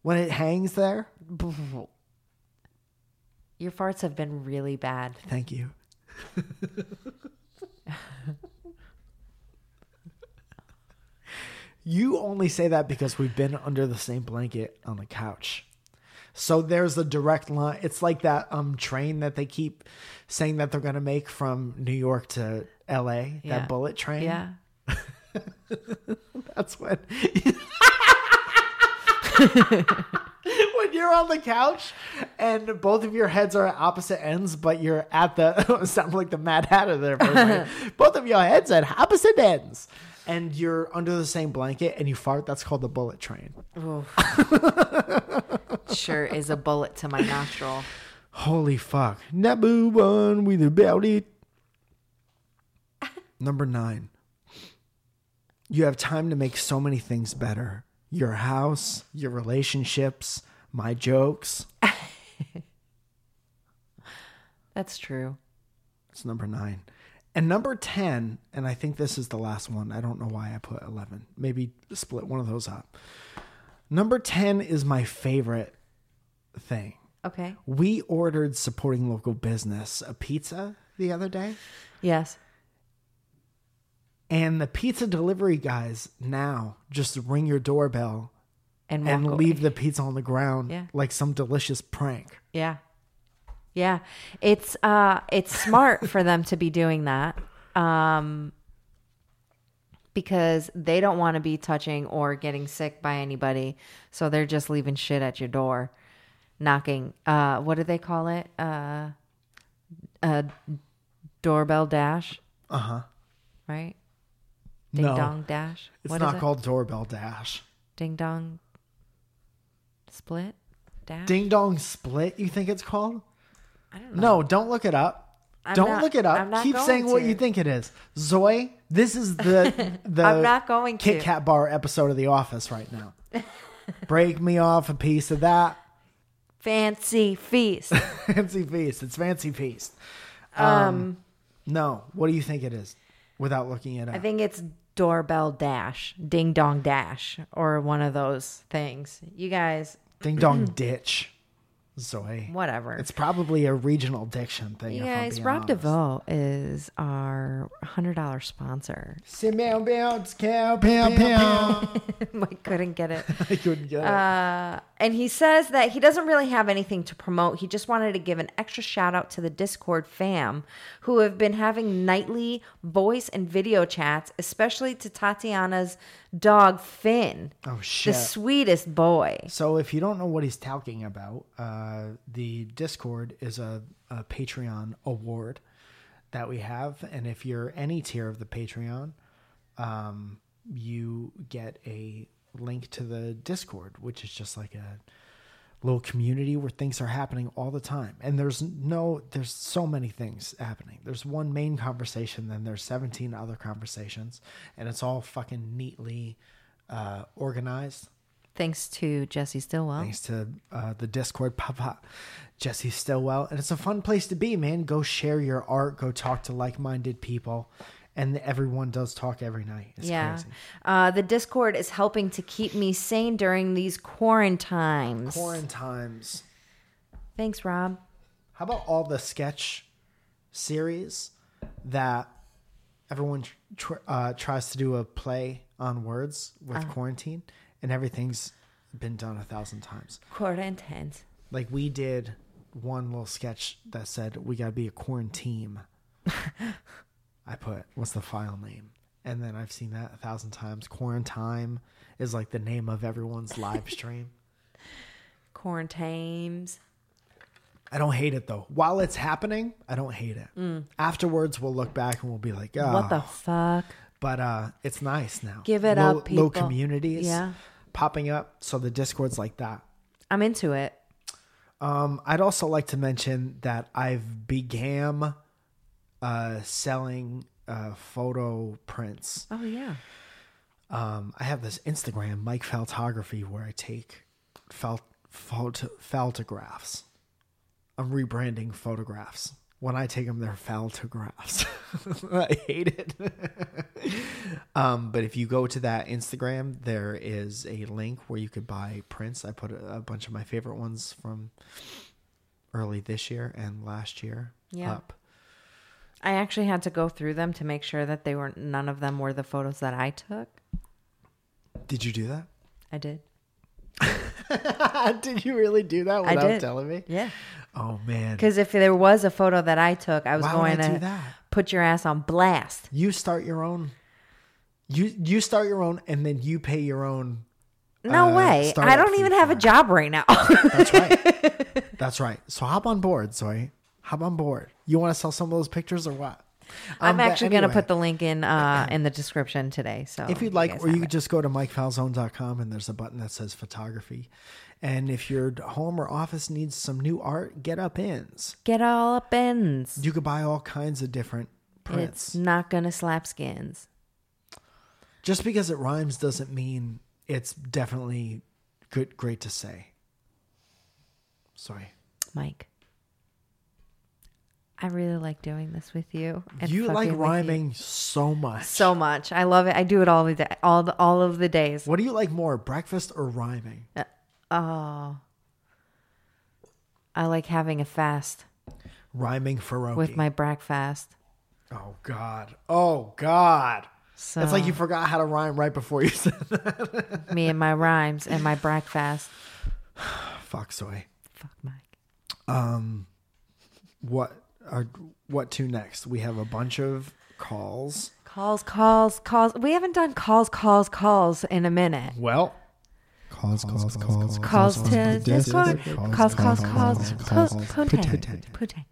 [SPEAKER 1] when it hangs there
[SPEAKER 2] think- your farts have been really bad.
[SPEAKER 1] thank you You only say that because we've been under the same blanket on the couch. So there's a direct line. It's like that um train that they keep saying that they're going to make from New York to LA,
[SPEAKER 2] Yeah.
[SPEAKER 1] that bullet train.
[SPEAKER 2] Yeah.
[SPEAKER 1] That's when When you're on the couch and both of your heads are at opposite ends, but you're at the sound like the Mad Hatter there. For a second. both of your heads at opposite ends, and you're under the same blanket and you fart. That's called the bullet train.
[SPEAKER 2] sure is a bullet to my nostril.
[SPEAKER 1] Holy fuck. Number one with about it. Number nine. You have time to make so many things better. Your house, your relationships, my jokes.
[SPEAKER 2] That's true.
[SPEAKER 1] It's number nine. And number 10, and I think this is the last one. I don't know why I put 11. Maybe split one of those up. Number 10 is my favorite thing.
[SPEAKER 2] Okay.
[SPEAKER 1] We ordered supporting local business a pizza the other day.
[SPEAKER 2] Yes.
[SPEAKER 1] And the pizza delivery guys now just ring your doorbell
[SPEAKER 2] And
[SPEAKER 1] and
[SPEAKER 2] walk away.
[SPEAKER 1] leave the pizza on the ground
[SPEAKER 2] Yeah.
[SPEAKER 1] like some delicious prank.
[SPEAKER 2] Yeah. Yeah. It's uh it's smart for them to be doing that. Um because they don't want to be touching or getting sick by anybody. So they're just leaving shit at your door. Knocking uh what do they call it? Uh uh doorbell dash,
[SPEAKER 1] Uh huh.
[SPEAKER 2] right? Ding
[SPEAKER 1] No,
[SPEAKER 2] dong dash.
[SPEAKER 1] it's
[SPEAKER 2] What is
[SPEAKER 1] not
[SPEAKER 2] it?
[SPEAKER 1] called doorbell dash.
[SPEAKER 2] ding dong split dash.
[SPEAKER 1] Ding dong split. You think it's called?
[SPEAKER 2] I don't know.
[SPEAKER 1] No, don't look it up.
[SPEAKER 2] I'm
[SPEAKER 1] don't
[SPEAKER 2] not-
[SPEAKER 1] look it
[SPEAKER 2] I'm
[SPEAKER 1] up.
[SPEAKER 2] not
[SPEAKER 1] Keep
[SPEAKER 2] going
[SPEAKER 1] saying what
[SPEAKER 2] to.
[SPEAKER 1] you think it is. Zoe, this is the the
[SPEAKER 2] I'm not going
[SPEAKER 1] Kit
[SPEAKER 2] to.
[SPEAKER 1] Kat bar episode of The Office right now. Break me off a piece of that.
[SPEAKER 2] Fancy feast.
[SPEAKER 1] Fancy feast. It's fancy feast.
[SPEAKER 2] Um
[SPEAKER 1] No, what do you think it is? Without looking it up.
[SPEAKER 2] I think it's doorbell dash, ding dong dash, or one of those things. You guys,
[SPEAKER 1] Ding dong ditch. Zoe.
[SPEAKER 2] whatever.
[SPEAKER 1] It's probably a regional diction thing.
[SPEAKER 2] you
[SPEAKER 1] if I'm
[SPEAKER 2] guys,
[SPEAKER 1] being
[SPEAKER 2] Rob
[SPEAKER 1] honest.
[SPEAKER 2] DeVoe is our hundred dollar sponsor.
[SPEAKER 1] Sit down, bounce, cow, pound, pound.
[SPEAKER 2] I couldn't get it.
[SPEAKER 1] I couldn't get it.
[SPEAKER 2] Uh, and he says that he doesn't really have anything to promote. He just wanted to give an extra shout out to the Discord fam who have been having nightly voice and video chats, especially to Tatiana's dog Finn,
[SPEAKER 1] oh
[SPEAKER 2] the
[SPEAKER 1] shit.
[SPEAKER 2] sweetest boy.
[SPEAKER 1] so if you don't know what he's talking about, uh, the Discord is a, a Patreon award that we have, and if you're any tier of the Patreon, um, you get a link to the Discord, which is just like a little community where things are happening all the time. And there's no, there's so many things happening. There's one main conversation, then there's 17 other conversations, and it's all fucking neatly uh, organized.
[SPEAKER 2] Thanks to Jesse Stillwell.
[SPEAKER 1] Thanks to uh, the Discord Papa, Jesse Stillwell. And it's a fun place to be, man. Go share your art, go talk to like minded people. And everyone does talk every night. It's
[SPEAKER 2] yeah.
[SPEAKER 1] crazy.
[SPEAKER 2] Uh, the Discord is helping to keep me sane during these quarantines.
[SPEAKER 1] Quarantines. times.
[SPEAKER 2] Thanks, Rob.
[SPEAKER 1] How about all the sketch series that everyone tr- tr- uh, tries to do a play on words with quarantine, and everything's been done a thousand times.
[SPEAKER 2] Quarantines.
[SPEAKER 1] Like we did one little sketch that said we gotta be a quarantine. I put what's the file name? and then I've seen that a thousand times. Quarantine is like the name of everyone's live stream.
[SPEAKER 2] Quarantines.
[SPEAKER 1] I don't hate it though. While it's happening, I don't hate it. Afterwards, we'll look back and we'll be like, oh.
[SPEAKER 2] Mm. What the fuck?
[SPEAKER 1] But uh, it's nice now.
[SPEAKER 2] Give it
[SPEAKER 1] low,
[SPEAKER 2] up,
[SPEAKER 1] Low
[SPEAKER 2] people.
[SPEAKER 1] communities
[SPEAKER 2] Yeah.
[SPEAKER 1] popping up. So the Discord's like that.
[SPEAKER 2] I'm into it.
[SPEAKER 1] Um, I'd also like to mention that I've began uh, selling uh, photo prints.
[SPEAKER 2] Oh yeah.
[SPEAKER 1] Um, I have this Instagram, Mike Photography, where I take felt photo photographs. I'm rebranding photographs. When I take them, they're photographs. I hate it. um, but if you go to that Instagram, there is a link where you could buy prints. I put a, a bunch of my favorite ones from early this year and last year
[SPEAKER 2] Yeah.
[SPEAKER 1] up.
[SPEAKER 2] I actually had to go through them to make sure that they were none of them were the photos that I took.
[SPEAKER 1] Did you do
[SPEAKER 2] I did.
[SPEAKER 1] that? did you really do that
[SPEAKER 2] I
[SPEAKER 1] without
[SPEAKER 2] did.
[SPEAKER 1] telling me?
[SPEAKER 2] Yeah.
[SPEAKER 1] Oh man.
[SPEAKER 2] Because if there was a photo that I took, I was
[SPEAKER 1] Why
[SPEAKER 2] going
[SPEAKER 1] would I
[SPEAKER 2] to
[SPEAKER 1] do that?
[SPEAKER 2] put your ass on blast.
[SPEAKER 1] You start your own. You you start your own, and then you pay your own.
[SPEAKER 2] No
[SPEAKER 1] Uh,
[SPEAKER 2] way.
[SPEAKER 1] startup
[SPEAKER 2] I don't
[SPEAKER 1] fee
[SPEAKER 2] even have a
[SPEAKER 1] for it.
[SPEAKER 2] job right now.
[SPEAKER 1] That's right. That's right. So hop on board, Zoe. Hop on board. You want to sell some of those pictures or what?
[SPEAKER 2] I'm
[SPEAKER 1] Um, but
[SPEAKER 2] actually going to
[SPEAKER 1] anyway,
[SPEAKER 2] put the link in uh, in the description today. So
[SPEAKER 1] If you'd like,
[SPEAKER 2] guys
[SPEAKER 1] or you
[SPEAKER 2] have
[SPEAKER 1] could
[SPEAKER 2] it.
[SPEAKER 1] just go to mikefalzone.com and there's a button that says photography. And if your home or office needs some new art, get up ins.
[SPEAKER 2] get all up ends.
[SPEAKER 1] You could buy all kinds of different prints.
[SPEAKER 2] It's not going to slap skins.
[SPEAKER 1] Just because it rhymes doesn't mean it's definitely good, great to say. Sorry.
[SPEAKER 2] Mike. I really like doing this with you. and
[SPEAKER 1] you
[SPEAKER 2] fucking
[SPEAKER 1] like
[SPEAKER 2] with you
[SPEAKER 1] rhyming so much.
[SPEAKER 2] so much. I love it. I do it all the day, all the, all of the days.
[SPEAKER 1] what do you like more, breakfast or rhyming?
[SPEAKER 2] Uh, oh, I like having a fast
[SPEAKER 1] Rhyming Faroki.
[SPEAKER 2] with my breakfast.
[SPEAKER 1] oh God. Oh God.
[SPEAKER 2] So
[SPEAKER 1] That's like you forgot how to rhyme right before you said
[SPEAKER 2] me and my rhymes and my breakfast.
[SPEAKER 1] fuck soy.
[SPEAKER 2] Fuck Mike.
[SPEAKER 1] What are what to next? We have a bunch of calls.
[SPEAKER 2] Calls, calls, calls. We haven't done calls, calls, calls in a minute.
[SPEAKER 1] Well, calls, calls, calls,
[SPEAKER 2] Calls to Discord. Calls, calls, calls. Calls, Putang. Putang.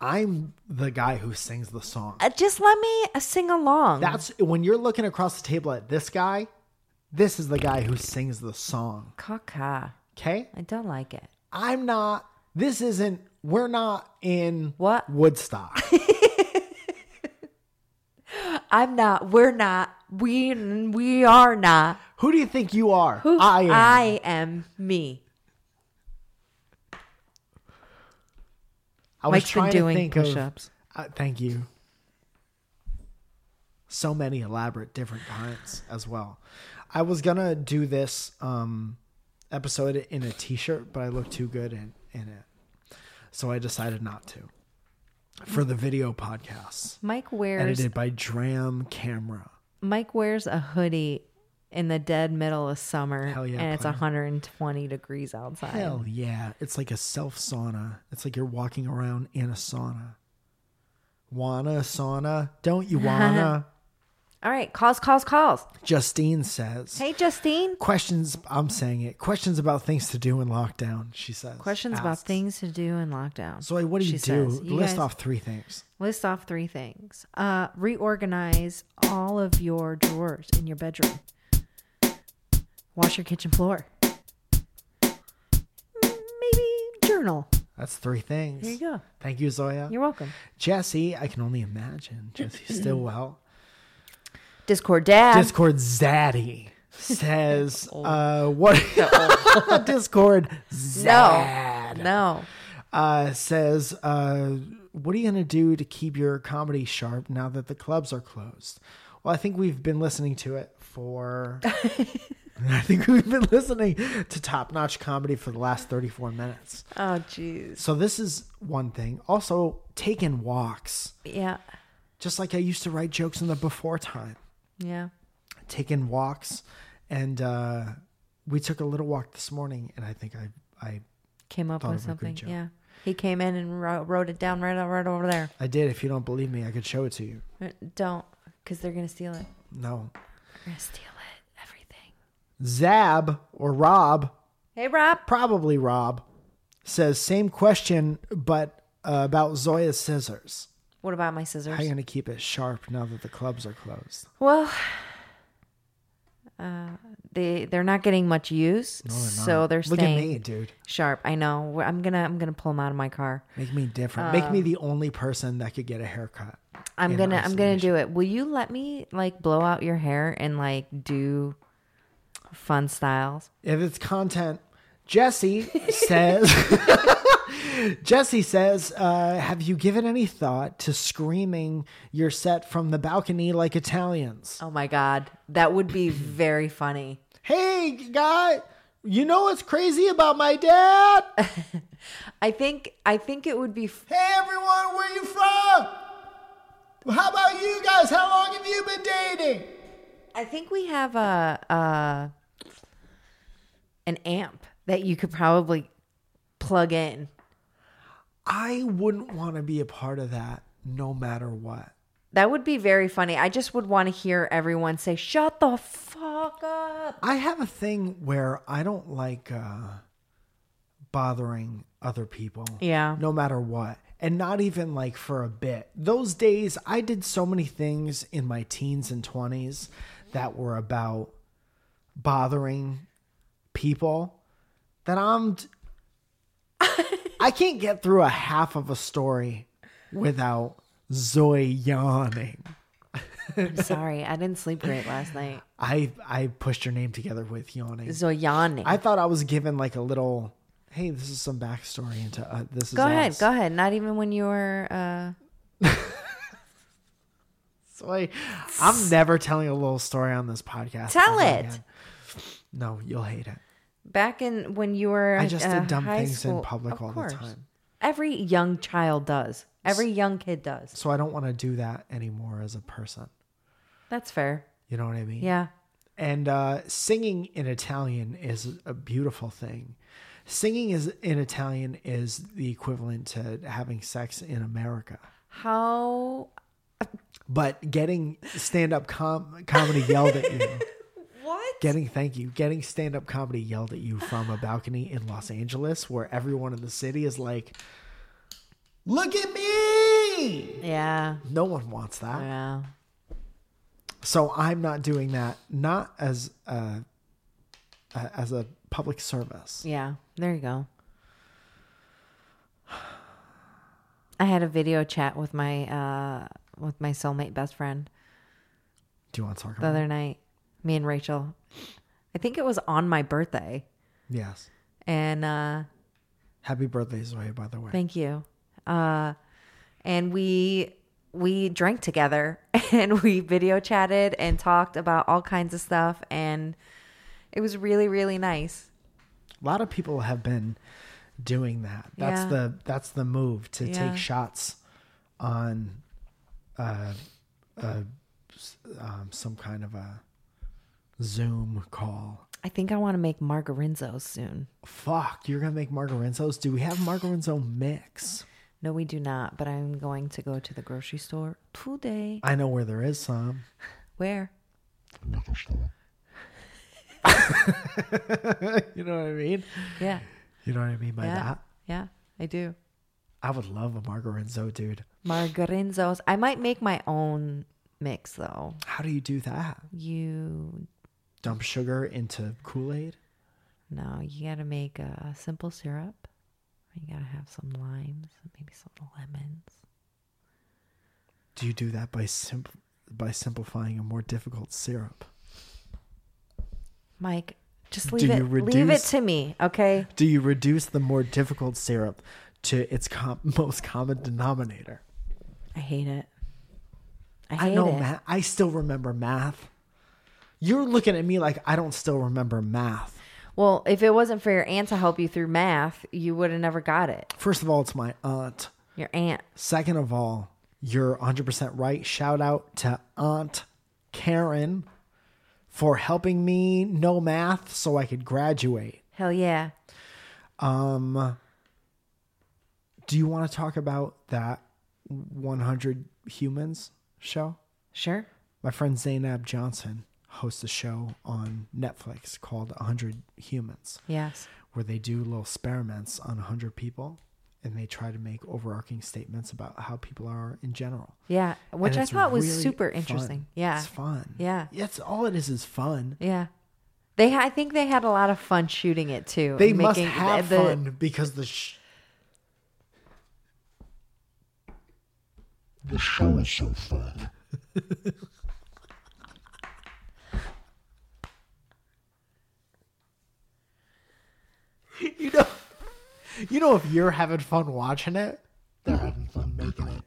[SPEAKER 1] I'm the guy who sings the song.
[SPEAKER 2] Uh, Just let me uh, sing along.
[SPEAKER 1] That's when you're looking across the table at this guy. This is the guy who sings the song.
[SPEAKER 2] caca.
[SPEAKER 1] Okay,
[SPEAKER 2] I don't like it.
[SPEAKER 1] I'm not. This isn't. We're not in
[SPEAKER 2] What?
[SPEAKER 1] Woodstock.
[SPEAKER 2] I'm not. We're not. We we are not.
[SPEAKER 1] Who do you think you are?
[SPEAKER 2] Who
[SPEAKER 1] I am.
[SPEAKER 2] I am me.
[SPEAKER 1] I was
[SPEAKER 2] Mike's
[SPEAKER 1] trying
[SPEAKER 2] been
[SPEAKER 1] to
[SPEAKER 2] doing
[SPEAKER 1] think of-
[SPEAKER 2] push-ups.
[SPEAKER 1] Uh, thank you. So many elaborate different kinds as well. I was gonna do this um, episode in a t-shirt, but I look too good in in it, so I decided not to. For the video podcasts,
[SPEAKER 2] Mike wears
[SPEAKER 1] edited by Dram Camera.
[SPEAKER 2] Mike wears a hoodie in the dead middle of summer,
[SPEAKER 1] Hell yeah,
[SPEAKER 2] and it's
[SPEAKER 1] player.
[SPEAKER 2] 120 degrees outside.
[SPEAKER 1] Hell yeah. It's like a self sauna. It's like you're walking around in a sauna. Wanna sauna? Don't you wanna?
[SPEAKER 2] All right, calls, calls, calls.
[SPEAKER 1] Justine says.
[SPEAKER 2] Hey, Justine.
[SPEAKER 1] Questions, I'm saying it. Questions about things to do in lockdown, she says.
[SPEAKER 2] Questions about
[SPEAKER 1] Asks.
[SPEAKER 2] things to do in lockdown.
[SPEAKER 1] Zoe, what do you
[SPEAKER 2] She
[SPEAKER 1] do?
[SPEAKER 2] says, "You
[SPEAKER 1] List
[SPEAKER 2] guys-
[SPEAKER 1] off three things.
[SPEAKER 2] List off three things. Uh, reorganize all of your drawers in your bedroom. Wash your kitchen floor. Maybe journal.
[SPEAKER 1] That's three things.
[SPEAKER 2] There you go.
[SPEAKER 1] Thank you, Zoya.
[SPEAKER 2] You're welcome.
[SPEAKER 1] Jesse, I can only imagine. Jesse Stillwell.
[SPEAKER 2] Discord dad.
[SPEAKER 1] Discord Zaddy says, uh, what? Discord Zad.
[SPEAKER 2] no.
[SPEAKER 1] uh, says, uh, "What are you going to do to keep your comedy sharp now that the clubs are closed?" Well, I think we've been listening to it for. I think we've been listening to top-notch comedy for the last 34 minutes.
[SPEAKER 2] Oh, jeez.
[SPEAKER 1] So this is one thing. Also, taking walks,
[SPEAKER 2] Yeah.
[SPEAKER 1] just like I used to write jokes in the before time.
[SPEAKER 2] Yeah.
[SPEAKER 1] Taking walks, and uh, we took a little walk this morning, and I think I I
[SPEAKER 2] Came up
[SPEAKER 1] Thought
[SPEAKER 2] with
[SPEAKER 1] of a good
[SPEAKER 2] something.
[SPEAKER 1] joke.
[SPEAKER 2] Yeah. He came in and wrote, wrote it down right, o- right over there.
[SPEAKER 1] I did. If you don't believe me, I could show it to you.
[SPEAKER 2] Uh, Don't. because they're gonna steal it.
[SPEAKER 1] No.
[SPEAKER 2] They're gonna steal it. Everything.
[SPEAKER 1] Zab or Rob,
[SPEAKER 2] Hey, Rob.
[SPEAKER 1] probably Rob, says same question, but uh, about Zoya's scissors.
[SPEAKER 2] What about my
[SPEAKER 1] How you
[SPEAKER 2] scissors?
[SPEAKER 1] going to keep it sharp now that the clubs are closed?
[SPEAKER 2] Well, uh, they they're not getting much use, so they're
[SPEAKER 1] Look
[SPEAKER 2] staying
[SPEAKER 1] at me, dude.
[SPEAKER 2] sharp. I know. We're- I'm gonna I'm gonna pull them out of my car.
[SPEAKER 1] Make me different. Make me the only person that could get a haircut.
[SPEAKER 2] I'm
[SPEAKER 1] in
[SPEAKER 2] gonna I'm gonna
[SPEAKER 1] isolation.
[SPEAKER 2] do it. Will you let me like blow out your hair and like do fun styles?
[SPEAKER 1] If it's content, Jesse says. Jesse says, uh, "Have you given any thought to screaming your set from the balcony like Italians?
[SPEAKER 2] Oh my god, that would be very funny.
[SPEAKER 1] Hey, guy, you know what's crazy about my dad? hey,
[SPEAKER 2] I think I think it would be f-
[SPEAKER 1] everyone, where you from? Well, How about you guys? How long have you been dating?
[SPEAKER 2] I think we have a uh an amp that you could probably plug in.
[SPEAKER 1] I wouldn't want to be a part of that, no matter what."
[SPEAKER 2] That would be very funny. I just would want to hear everyone say shut the fuck up.
[SPEAKER 1] I have a thing where I don't like uh, bothering other people.
[SPEAKER 2] Yeah.
[SPEAKER 1] No matter what. And not even like for a bit. Those days, I did so many things in my teens and 20s that were about bothering people that I'm. d- I can't get through a half of a story without Zoe yawning.
[SPEAKER 2] I'm sorry. I didn't sleep great last night.
[SPEAKER 1] I I pushed your name together with yawning.
[SPEAKER 2] Zoyani.
[SPEAKER 1] I thought I was given like a little. Hey, this is some backstory into uh, this. Is
[SPEAKER 2] go ahead.
[SPEAKER 1] us."
[SPEAKER 2] Go ahead. Not even when you were uh
[SPEAKER 1] So I, I'm never telling a little story on this podcast.
[SPEAKER 2] Tell
[SPEAKER 1] ever
[SPEAKER 2] it.
[SPEAKER 1] again. No, you'll hate it.
[SPEAKER 2] back in when you were
[SPEAKER 1] I just
[SPEAKER 2] uh,
[SPEAKER 1] did dumb
[SPEAKER 2] high
[SPEAKER 1] things
[SPEAKER 2] school.
[SPEAKER 1] in public
[SPEAKER 2] Of
[SPEAKER 1] all
[SPEAKER 2] course.
[SPEAKER 1] the time,
[SPEAKER 2] every young child does every young kid does
[SPEAKER 1] so I don't want to do that anymore as a person.
[SPEAKER 2] that's fair
[SPEAKER 1] You know what I mean?
[SPEAKER 2] yeah
[SPEAKER 1] And uh, singing in Italian is a beautiful thing. Singing is in Italian is the equivalent to having sex in America.
[SPEAKER 2] how
[SPEAKER 1] But getting stand-up com- comedy yelled at you
[SPEAKER 2] what
[SPEAKER 1] Getting thank you. Getting stand up comedy yelled at you from a balcony in Los Angeles where everyone in the city is like, Look at me.
[SPEAKER 2] yeah
[SPEAKER 1] No one wants that.
[SPEAKER 2] yeah
[SPEAKER 1] So I'm not doing that, not as a, a as a public service.
[SPEAKER 2] yeah there you go i had a video chat with my uh with my soulmate best friend
[SPEAKER 1] Do you want to talk
[SPEAKER 2] the
[SPEAKER 1] about
[SPEAKER 2] other night me and rachel i think it was on my birthday
[SPEAKER 1] it? Yes.
[SPEAKER 2] and uh
[SPEAKER 1] Happy birthday, Zoe, by the way.
[SPEAKER 2] Thank you. Uh, and we we drank together and we video chatted and talked about all kinds of stuff and it was really really nice.
[SPEAKER 1] a lot of people have been doing that. That's
[SPEAKER 2] Yeah.
[SPEAKER 1] the that's the move to
[SPEAKER 2] Yeah.
[SPEAKER 1] take shots on uh, uh, s- um, some kind of a Zoom call.
[SPEAKER 2] I think I want to make margarinzos soon.
[SPEAKER 1] Fuck, you're gonna make margarinzos. Do we have margarinzo mix?
[SPEAKER 2] No, we do not, but I'm going to go to the grocery store today.
[SPEAKER 1] I know where there is some.
[SPEAKER 2] Where?
[SPEAKER 1] you know what I mean?
[SPEAKER 2] Yeah.
[SPEAKER 1] You know what I mean by
[SPEAKER 2] yeah.
[SPEAKER 1] that?
[SPEAKER 2] Yeah, I do.
[SPEAKER 1] I would love a margarinzo, dude.
[SPEAKER 2] Margarinzos. I might make my own mix though.
[SPEAKER 1] How do you do that?
[SPEAKER 2] You
[SPEAKER 1] Dump sugar into Kool Aid?
[SPEAKER 2] No, you got to make a simple syrup. You got to have some limes and maybe some lemons.
[SPEAKER 1] Do you do that by simp- by simplifying a more difficult syrup?
[SPEAKER 2] Mike, just
[SPEAKER 1] Do
[SPEAKER 2] leave it.
[SPEAKER 1] you
[SPEAKER 2] Leave it
[SPEAKER 1] reduce-
[SPEAKER 2] to me, okay?
[SPEAKER 1] Do you reduce the more difficult syrup to its com- most common denominator?
[SPEAKER 2] I hate it. I
[SPEAKER 1] I
[SPEAKER 2] hate
[SPEAKER 1] know
[SPEAKER 2] it.
[SPEAKER 1] math. I still remember math. You're looking at me like I don't still remember math.
[SPEAKER 2] Well, if it wasn't for your aunt to help you through math, you would have never got it.
[SPEAKER 1] First of all, it's my aunt.
[SPEAKER 2] Your aunt.
[SPEAKER 1] Second of all, you're 100% right. Shout out to Aunt Karen for helping me know math so I could graduate.
[SPEAKER 2] Hell yeah.
[SPEAKER 1] Um, do you want to talk about that 100 Humans show?
[SPEAKER 2] Sure.
[SPEAKER 1] My friend Zainab Johnson hosts a show on Netflix called 100 Humans,
[SPEAKER 2] Yes.
[SPEAKER 1] where they do little experiments on 100 people and they try to make overarching statements about how people are in general.
[SPEAKER 2] Yeah. Which
[SPEAKER 1] And
[SPEAKER 2] I
[SPEAKER 1] it's
[SPEAKER 2] thought was
[SPEAKER 1] really
[SPEAKER 2] super
[SPEAKER 1] fun.
[SPEAKER 2] interesting. Yeah.
[SPEAKER 1] It's fun.
[SPEAKER 2] Yeah.
[SPEAKER 1] It's all it is is fun.
[SPEAKER 2] Yeah. They, ha- I think they had a lot of fun shooting it too.
[SPEAKER 1] They must
[SPEAKER 2] making
[SPEAKER 1] have
[SPEAKER 2] the-
[SPEAKER 1] fun because the sh-
[SPEAKER 4] The show is so fun.
[SPEAKER 1] you know you know if you're having fun watching it,
[SPEAKER 4] They're having fun making it.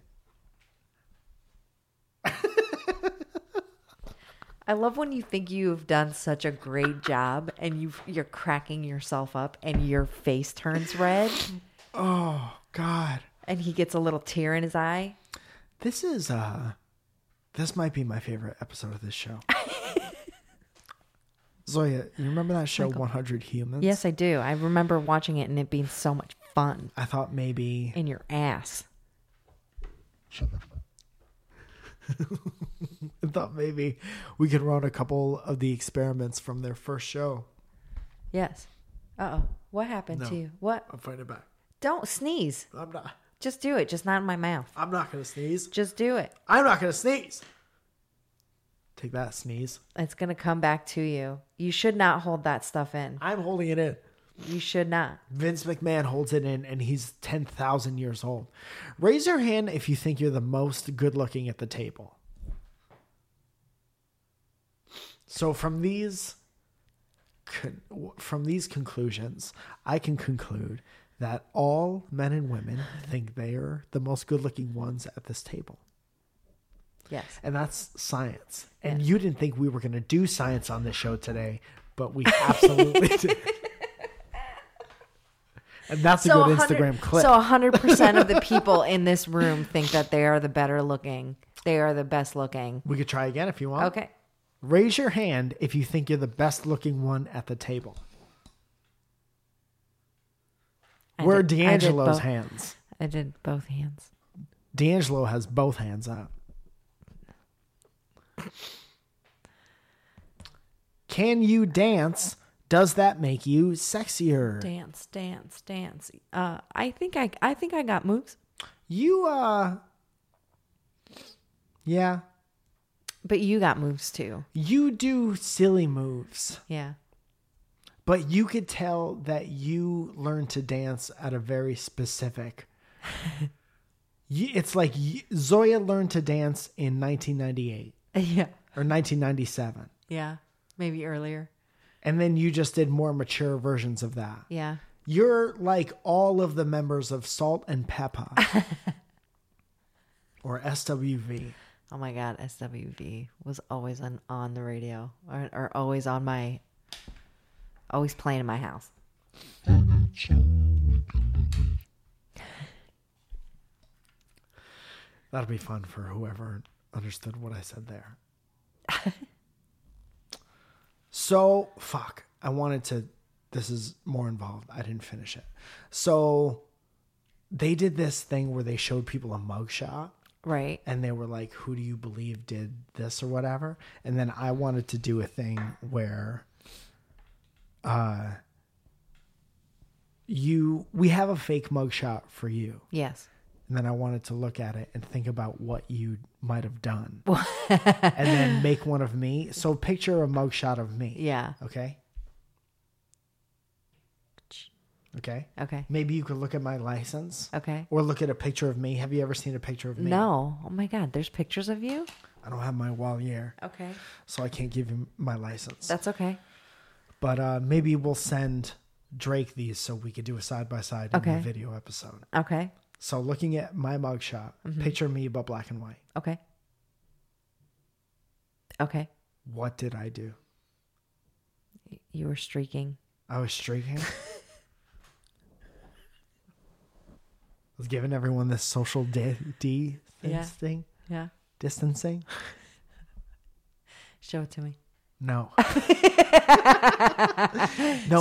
[SPEAKER 2] I love when you think you've done such a great job and you you're cracking yourself up and your face turns red
[SPEAKER 1] oh god.
[SPEAKER 2] and he gets a little tear in his eye.
[SPEAKER 1] This is uh this might be my favorite episode of this show. Zoya, you remember that show 100 Humans?
[SPEAKER 2] Yes, I do. I remember watching it and it being so much fun
[SPEAKER 1] I thought maybe
[SPEAKER 2] in your ass.
[SPEAKER 4] Shut the fuck
[SPEAKER 1] I thought maybe we could run a couple of the experiments from their first show.
[SPEAKER 2] Yes. Uh oh. What happened
[SPEAKER 1] No.
[SPEAKER 2] to you? What?
[SPEAKER 1] I'm fighting back.
[SPEAKER 2] Don't sneeze.
[SPEAKER 1] I'm not
[SPEAKER 2] Just do it. Just not in my mouth.
[SPEAKER 1] I'm not gonna sneeze.
[SPEAKER 2] Just do it.
[SPEAKER 1] I'm not gonna sneeze. Take that sneeze.
[SPEAKER 2] It's going to come back to you. You should not hold that stuff in.
[SPEAKER 1] I'm holding it in.
[SPEAKER 2] You should not.
[SPEAKER 1] Vince McMahon holds it in and he's 10,000 years old. Raise your hand if you think you're the most good looking at the table. So from these con- from these conclusions, I can conclude that all men and women think they're the most good looking ones at this table.
[SPEAKER 2] Yes.
[SPEAKER 1] And that's science. And you didn't think we were going to do science on this show today, but we absolutely did. And that's a good
[SPEAKER 2] 100
[SPEAKER 1] Instagram clip.
[SPEAKER 2] So 100% of the people in this room think that they are the better looking. They are the best looking.
[SPEAKER 1] we could try again if you want.
[SPEAKER 2] Okay.
[SPEAKER 1] Raise your hand if you think you're the best looking one at the table.
[SPEAKER 2] I
[SPEAKER 1] Where are
[SPEAKER 2] did- I did
[SPEAKER 1] D'Angelo's
[SPEAKER 2] both-
[SPEAKER 1] hands?
[SPEAKER 2] I did both hands.
[SPEAKER 1] D'Angelo has both hands up. Can you dance? Does that make you sexier?
[SPEAKER 2] Dance, dance, dance. Uh, I think I, I think I got moves.
[SPEAKER 1] You uh Yeah.
[SPEAKER 2] But you got moves too.
[SPEAKER 1] You do silly moves,
[SPEAKER 2] Yeah.
[SPEAKER 1] but you could tell that you learned to dance at a very specific Y- it's like y- Zoya learned to dance in 1998
[SPEAKER 2] Yeah.
[SPEAKER 1] or 1997.
[SPEAKER 2] Yeah. Maybe earlier.
[SPEAKER 1] And then you just did more mature versions of that.
[SPEAKER 2] Yeah.
[SPEAKER 1] You're like all of the members of Salt and Peppa or SWV.
[SPEAKER 2] Oh my God. SWV was always on, on the radio or, or always on my, always playing in my house.
[SPEAKER 1] That'll be fun for whoever understood what I said there. so, fuck. I wanted to. This is more involved. I didn't finish it. So, they did this thing where they showed people a mugshot
[SPEAKER 2] Right.
[SPEAKER 1] and they were like, who do you believe did this or whatever? And then I wanted to do a thing where uh you we have a fake mugshot for you
[SPEAKER 2] Yes.
[SPEAKER 1] and then I wanted to look at it and think about what you might have done, and then make one of me. So picture a mugshot of me.
[SPEAKER 2] Yeah.
[SPEAKER 1] Okay. Okay.
[SPEAKER 2] Okay.
[SPEAKER 1] Maybe you could look at my license.
[SPEAKER 2] Okay.
[SPEAKER 1] Or look at a picture of me. Have you ever seen a picture of me?
[SPEAKER 2] No. Oh my God. There's pictures of you?
[SPEAKER 1] I don't have my Wallier,
[SPEAKER 2] Okay.
[SPEAKER 1] so I can't give you my license.
[SPEAKER 2] That's okay.
[SPEAKER 1] but uh, maybe we'll send Drake these so we could do a side by side in
[SPEAKER 2] Okay.
[SPEAKER 1] the video episode.
[SPEAKER 2] Okay.
[SPEAKER 1] So looking at my mugshot,
[SPEAKER 2] Mm-hmm.
[SPEAKER 1] picture me but black and white.
[SPEAKER 2] Okay. Okay.
[SPEAKER 1] What did I do?
[SPEAKER 2] You were streaking.
[SPEAKER 1] I was streaking. I was giving everyone this social di- di-
[SPEAKER 2] Yeah.
[SPEAKER 1] thing,
[SPEAKER 2] Yeah.
[SPEAKER 1] distancing.
[SPEAKER 2] Show it to me.
[SPEAKER 1] No. no,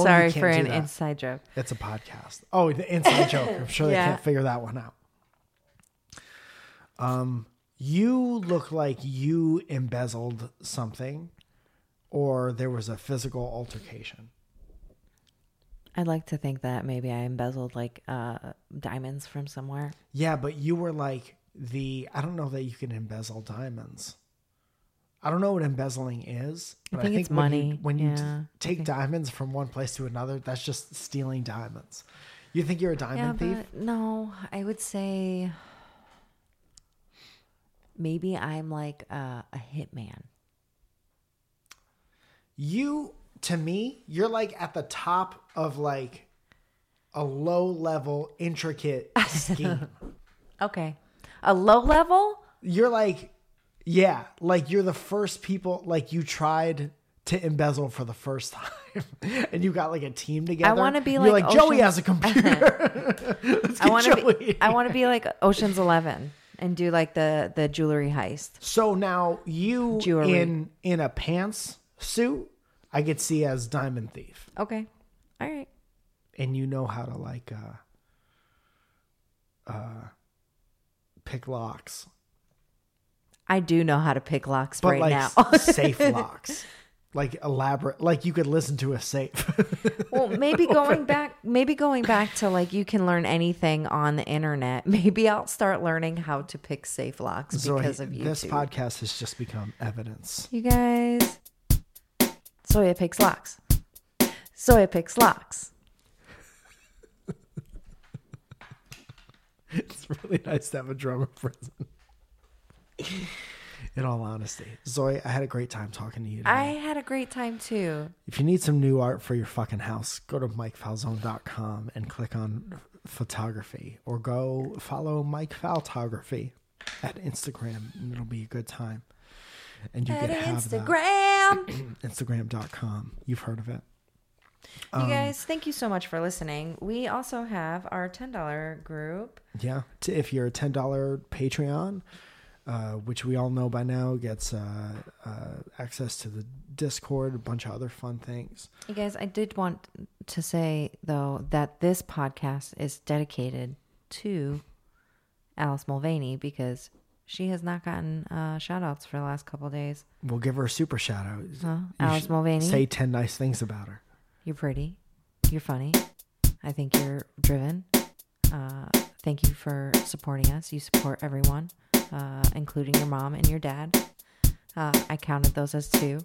[SPEAKER 2] Sorry
[SPEAKER 1] you can't
[SPEAKER 2] for
[SPEAKER 1] do
[SPEAKER 2] an
[SPEAKER 1] that.
[SPEAKER 2] inside joke.
[SPEAKER 1] It's a podcast. Oh, the inside joke. I'm sure
[SPEAKER 2] Yeah.
[SPEAKER 1] they can't figure that one out. Um, you look like you embezzled something or there was a physical altercation.
[SPEAKER 2] I'd like to think that maybe I embezzled like uh, diamonds from somewhere.
[SPEAKER 1] Yeah, but you were like the I don't know that you can embezzle diamonds. I don't know what embezzling is.
[SPEAKER 2] I
[SPEAKER 1] but
[SPEAKER 2] think it's
[SPEAKER 1] when you-
[SPEAKER 2] money.
[SPEAKER 1] When you, t-
[SPEAKER 2] Yeah, I
[SPEAKER 1] take diamonds from one place to another, that's just stealing diamonds. You think you're a diamond thief?
[SPEAKER 2] but no, I would say maybe I'm like a, a hitman.
[SPEAKER 1] You to me, you're like at the top of like a low level intricate scheme.
[SPEAKER 2] Okay, a low level.
[SPEAKER 1] you're like yeah like you're the first people like you tried to embezzle for the first time and you got like a team together
[SPEAKER 2] wanna be
[SPEAKER 1] You're
[SPEAKER 2] like
[SPEAKER 1] joey
[SPEAKER 2] Ocean's-
[SPEAKER 1] has a computer Let's
[SPEAKER 2] I
[SPEAKER 1] get
[SPEAKER 2] want to
[SPEAKER 1] Joey.
[SPEAKER 2] be. I want to be like Ocean's Eleven and do like the the jewelry heist.
[SPEAKER 1] so now you
[SPEAKER 2] Jewelry.
[SPEAKER 1] in in a pants suit i could see as diamond thief
[SPEAKER 2] Okay, all right.
[SPEAKER 1] and you know how to like uh uh pick locks
[SPEAKER 2] I do know how to pick locks
[SPEAKER 1] but
[SPEAKER 2] right
[SPEAKER 1] like
[SPEAKER 2] now.
[SPEAKER 1] s- safe locks like elaborate like you could listen to a safe
[SPEAKER 2] well, maybe going back, maybe going back to like you can learn anything on the internet. Maybe I'll start learning how to pick safe locks
[SPEAKER 1] Zoe,
[SPEAKER 2] because of YouTube.
[SPEAKER 1] This podcast has just become evidence.
[SPEAKER 2] You guys. Soya picks locks. Soya picks locks.
[SPEAKER 1] It's really nice to have a drummer present. In all honesty, Zoe, I had a great time talking to you. Today.
[SPEAKER 2] I had a great time too.
[SPEAKER 1] if you need some new art for your fucking house, go to mikefalzone.com and click on photography or go follow Mike Photography at Instagram and it'll be a good time. And you
[SPEAKER 2] At
[SPEAKER 1] can have the-
[SPEAKER 2] Instagram.
[SPEAKER 1] Instagram.com. You've heard of it. Um,
[SPEAKER 2] you guys, thank you so much for listening. We also have our $10 group.
[SPEAKER 1] Yeah. T- If you're a ten dollar Patreon, uh, which we all know by now, gets uh, uh, access to the Discord, a bunch of other fun things.
[SPEAKER 2] You guys, I did want to say though that this podcast is dedicated to Alice Mulvaney because she has not gotten uh, shout outs for the last couple days.
[SPEAKER 1] We'll give her a super shout out.
[SPEAKER 2] Huh?
[SPEAKER 1] You
[SPEAKER 2] Alice
[SPEAKER 1] should
[SPEAKER 2] Mulvaney,
[SPEAKER 1] Say ten nice things about her.
[SPEAKER 2] you're pretty. You're funny. I think you're driven. Uh, thank you for supporting us. You support everyone, uh, including your mom and your dad. Uh, I counted those as two.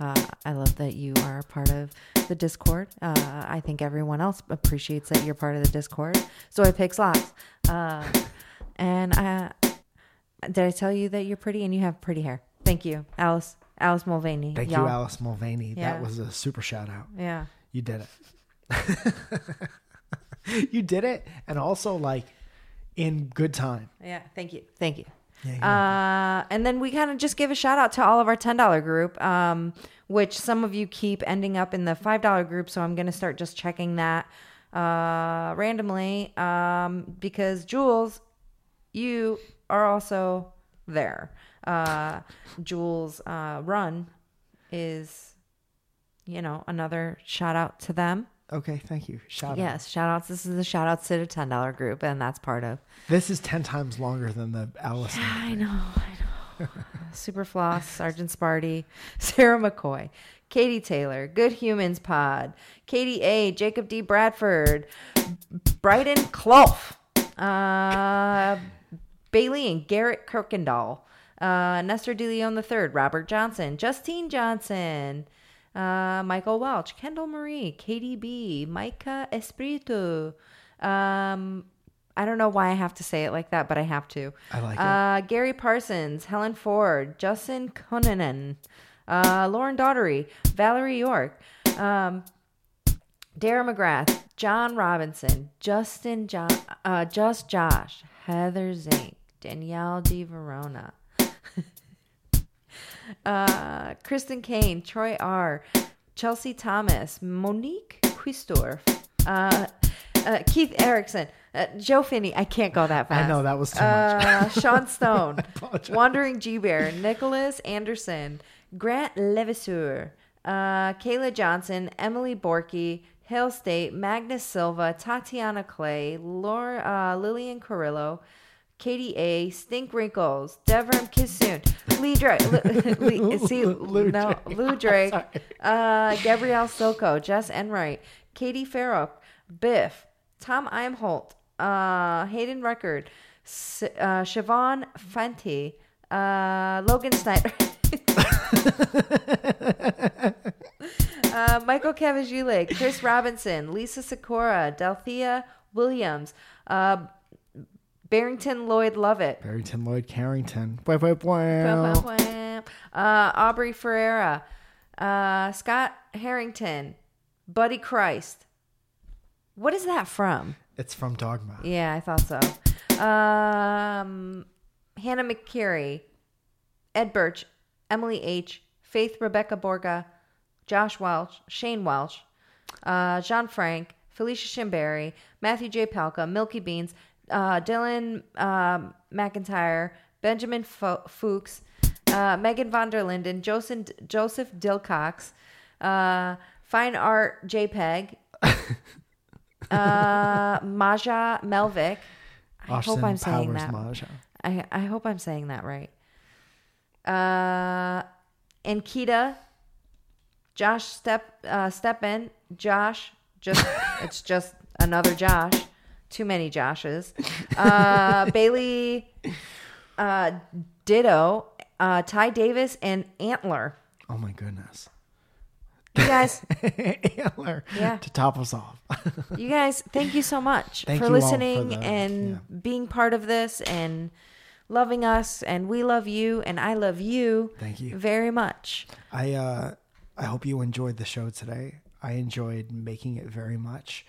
[SPEAKER 2] Uh, I love that you are a part of the Discord. Uh, I think everyone else appreciates that you're part of the Discord. So I pick slots. Uh, and I, did I tell you that you're pretty and you have pretty hair? Thank you, Alice. Alice Mulvaney.
[SPEAKER 1] Thank
[SPEAKER 2] y'all.
[SPEAKER 1] you, Alice Mulvaney.
[SPEAKER 2] Yeah.
[SPEAKER 1] That was a super shout out.
[SPEAKER 2] Yeah.
[SPEAKER 1] You did it. you did it, and also like in good time.
[SPEAKER 2] Yeah. Thank you. Thank you.
[SPEAKER 1] Yeah, you're
[SPEAKER 2] Uh, and then we kind of just give a shout out to all of our $10 group, um, which some of you keep ending up in the $5 group. So I'm going to start just checking that uh, randomly um, because Jules, you are also there. Uh, Jules uh, Run is, you know, another shout out to them.
[SPEAKER 1] Okay, thank you. Shout out.
[SPEAKER 2] Yes, shout outs. This is the shout outs to the $10 group, and that's part of
[SPEAKER 1] This is ten times longer than the Alice.
[SPEAKER 2] I know, I know. Superfloss, Sergeant Sparty, Sarah McCoy, Katie Taylor, Good Humans Pod, Katie A, Jacob D. Bradford, Bryden Clough, uh, Bailey and Garrett Kirkendall, uh, Nestor DeLeon III, Robert Johnson, Justine Johnson, uh, Michael Welch, Kendall Marie, Katie B, Micah Espiritu. Um, I don't know why I have to say it like that, but I have to.
[SPEAKER 1] I like it.
[SPEAKER 2] Uh, Gary Parsons, Helen Ford, Justin Cunanan, uh, Lauren Daughtery, Valerie York, um, Dara McGrath, John Robinson, Justin John, uh, Just Josh, Heather Zink, Danielle D. Verona, uh, Kristen Kane, Troy R., Chelsea Thomas, Monique Quistorf, uh, uh, Keith Erickson, uh, Joe Finney. I can't go that fast.
[SPEAKER 1] I know that was too much.
[SPEAKER 2] Uh, Sean Stone,
[SPEAKER 1] apologize.
[SPEAKER 2] Wandering G Bear, Nicholas Anderson, Grant Leviseur, uh, Kayla Johnson, Emily Borky, Hale State, Magnus Silva, Tatiana Clay, Laura, uh, Lillian Carrillo, Katie A, Stink Wrinkles, Devram Kissoon, Lee Drake, Lee, see,
[SPEAKER 1] Lou
[SPEAKER 2] no,
[SPEAKER 1] Drake.
[SPEAKER 2] Lou Drake, uh, Gabrielle Silko, Jess Enright, Katie Farrow, Biff, Tom Imholt, uh, Hayden Record, S- uh, Siobhan Fenty, uh, Logan Snyder. Uh, Michael Cavagile, Chris Robinson, Lisa Sikora, Delthea Williams, uh, Barrington Lloyd Lovett,
[SPEAKER 1] Barrington Lloyd Carrington. Boy, boy, boy.
[SPEAKER 2] uh, Aubrey Ferreira, uh, Scott Harrington, Buddy Christ. What is that from?
[SPEAKER 1] It's from Dogma.
[SPEAKER 2] Yeah, I thought so. Um, Hannah McCary, Ed Birch, Emily H., Faith Rebecca Borga, Josh Welch, Shane Welch, uh, John Frank, Felicia Shimberry, Matthew J. Palka, Milky Beans, uh, Dylan um McIntyre, Benjamin Fo- Fuchs, uh, Megan von der Linden, Joseph, Joseph Dilcox, uh, Fine Art JPEG, uh, Maja Melvick. I hope I'm saying that.
[SPEAKER 1] Maja.
[SPEAKER 2] I, I hope I'm saying that right. Uh, and Kita, Josh step uh, step in, Josh. Just it's just another Josh. Too many Joshes. Uh, Bailey, uh, Ditto, uh, Ty Davis, and Antler.
[SPEAKER 1] Oh my goodness.
[SPEAKER 2] You guys,
[SPEAKER 1] Antler
[SPEAKER 2] Yeah.
[SPEAKER 1] to top us off.
[SPEAKER 2] you guys, thank you so much
[SPEAKER 1] Thank
[SPEAKER 2] for
[SPEAKER 1] you all for
[SPEAKER 2] listening
[SPEAKER 1] the-
[SPEAKER 2] and
[SPEAKER 1] yeah.
[SPEAKER 2] being part of this and loving us. And we love you, and I love you.
[SPEAKER 1] Thank you.
[SPEAKER 2] very much.
[SPEAKER 1] I uh, I hope you enjoyed the show today. I enjoyed making it very much.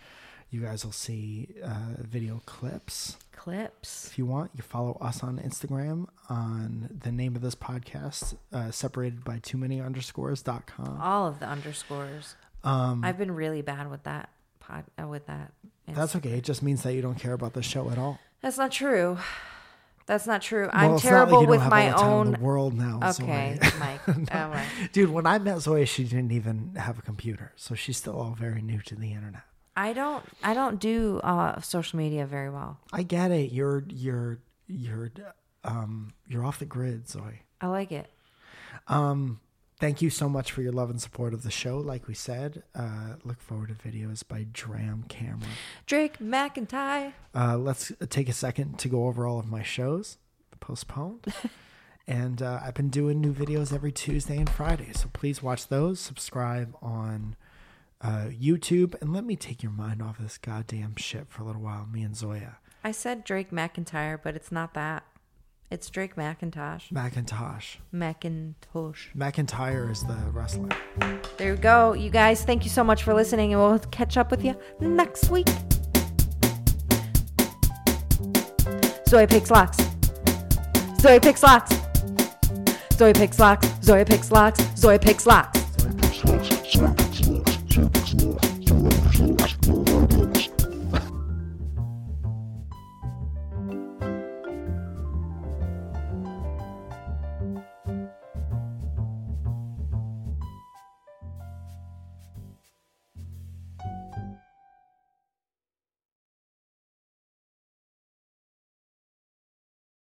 [SPEAKER 1] You guys will see uh, video clips
[SPEAKER 2] Clips.
[SPEAKER 1] if you want. You follow us on Instagram on the name of this podcast, uh, separated by too many underscores dot com.
[SPEAKER 2] All of the underscores.
[SPEAKER 1] Mm.
[SPEAKER 2] Um, I've been really bad with that pod. Uh, with that.
[SPEAKER 1] That's okay. It just means that you don't care about the show at all.
[SPEAKER 2] That's not true. That's not true.
[SPEAKER 1] Well,
[SPEAKER 2] I'm
[SPEAKER 1] it's not
[SPEAKER 2] terrible
[SPEAKER 1] like you
[SPEAKER 2] with
[SPEAKER 1] don't have
[SPEAKER 2] my
[SPEAKER 1] all the time in
[SPEAKER 2] own.
[SPEAKER 1] the world now.
[SPEAKER 2] Okay,
[SPEAKER 1] Zoe.
[SPEAKER 2] Mike. All right.
[SPEAKER 1] dude. When I met Zoe, she didn't even have a computer, so she's still all very new to the internet.
[SPEAKER 2] I don't. I don't do uh, social media very well.
[SPEAKER 1] I get it. You're you're you're um you're off the grid, Zoe.
[SPEAKER 2] I like it.
[SPEAKER 1] Thank you so much for your love and support of the show. Like we said, uh, look forward to videos by Dram Camera.
[SPEAKER 2] Drake McIntyre.
[SPEAKER 1] Uh, let's take a second to go over all of my shows postponed. and uh, I've been doing new videos every Tuesday and Friday. So please watch those. Subscribe on uh, YouTube. And let me take your mind off this goddamn shit for a little while, me and Zoya.
[SPEAKER 2] I said Drake McIntyre, but it's not that. It's Drake McIntosh.
[SPEAKER 1] Macintosh.
[SPEAKER 2] McIntosh.
[SPEAKER 1] McIntyre is the wrestler.
[SPEAKER 2] There you go. You guys, thank you so much for listening, and we'll catch up with you next week. Zoe picks locks. Zoe picks locks. Zoe picks locks. Zoe picks locks. Zoe picks locks.
[SPEAKER 4] Sorry, it's lost. Sorry, it's lost. Sorry, it's lost. Sorry, it's lost.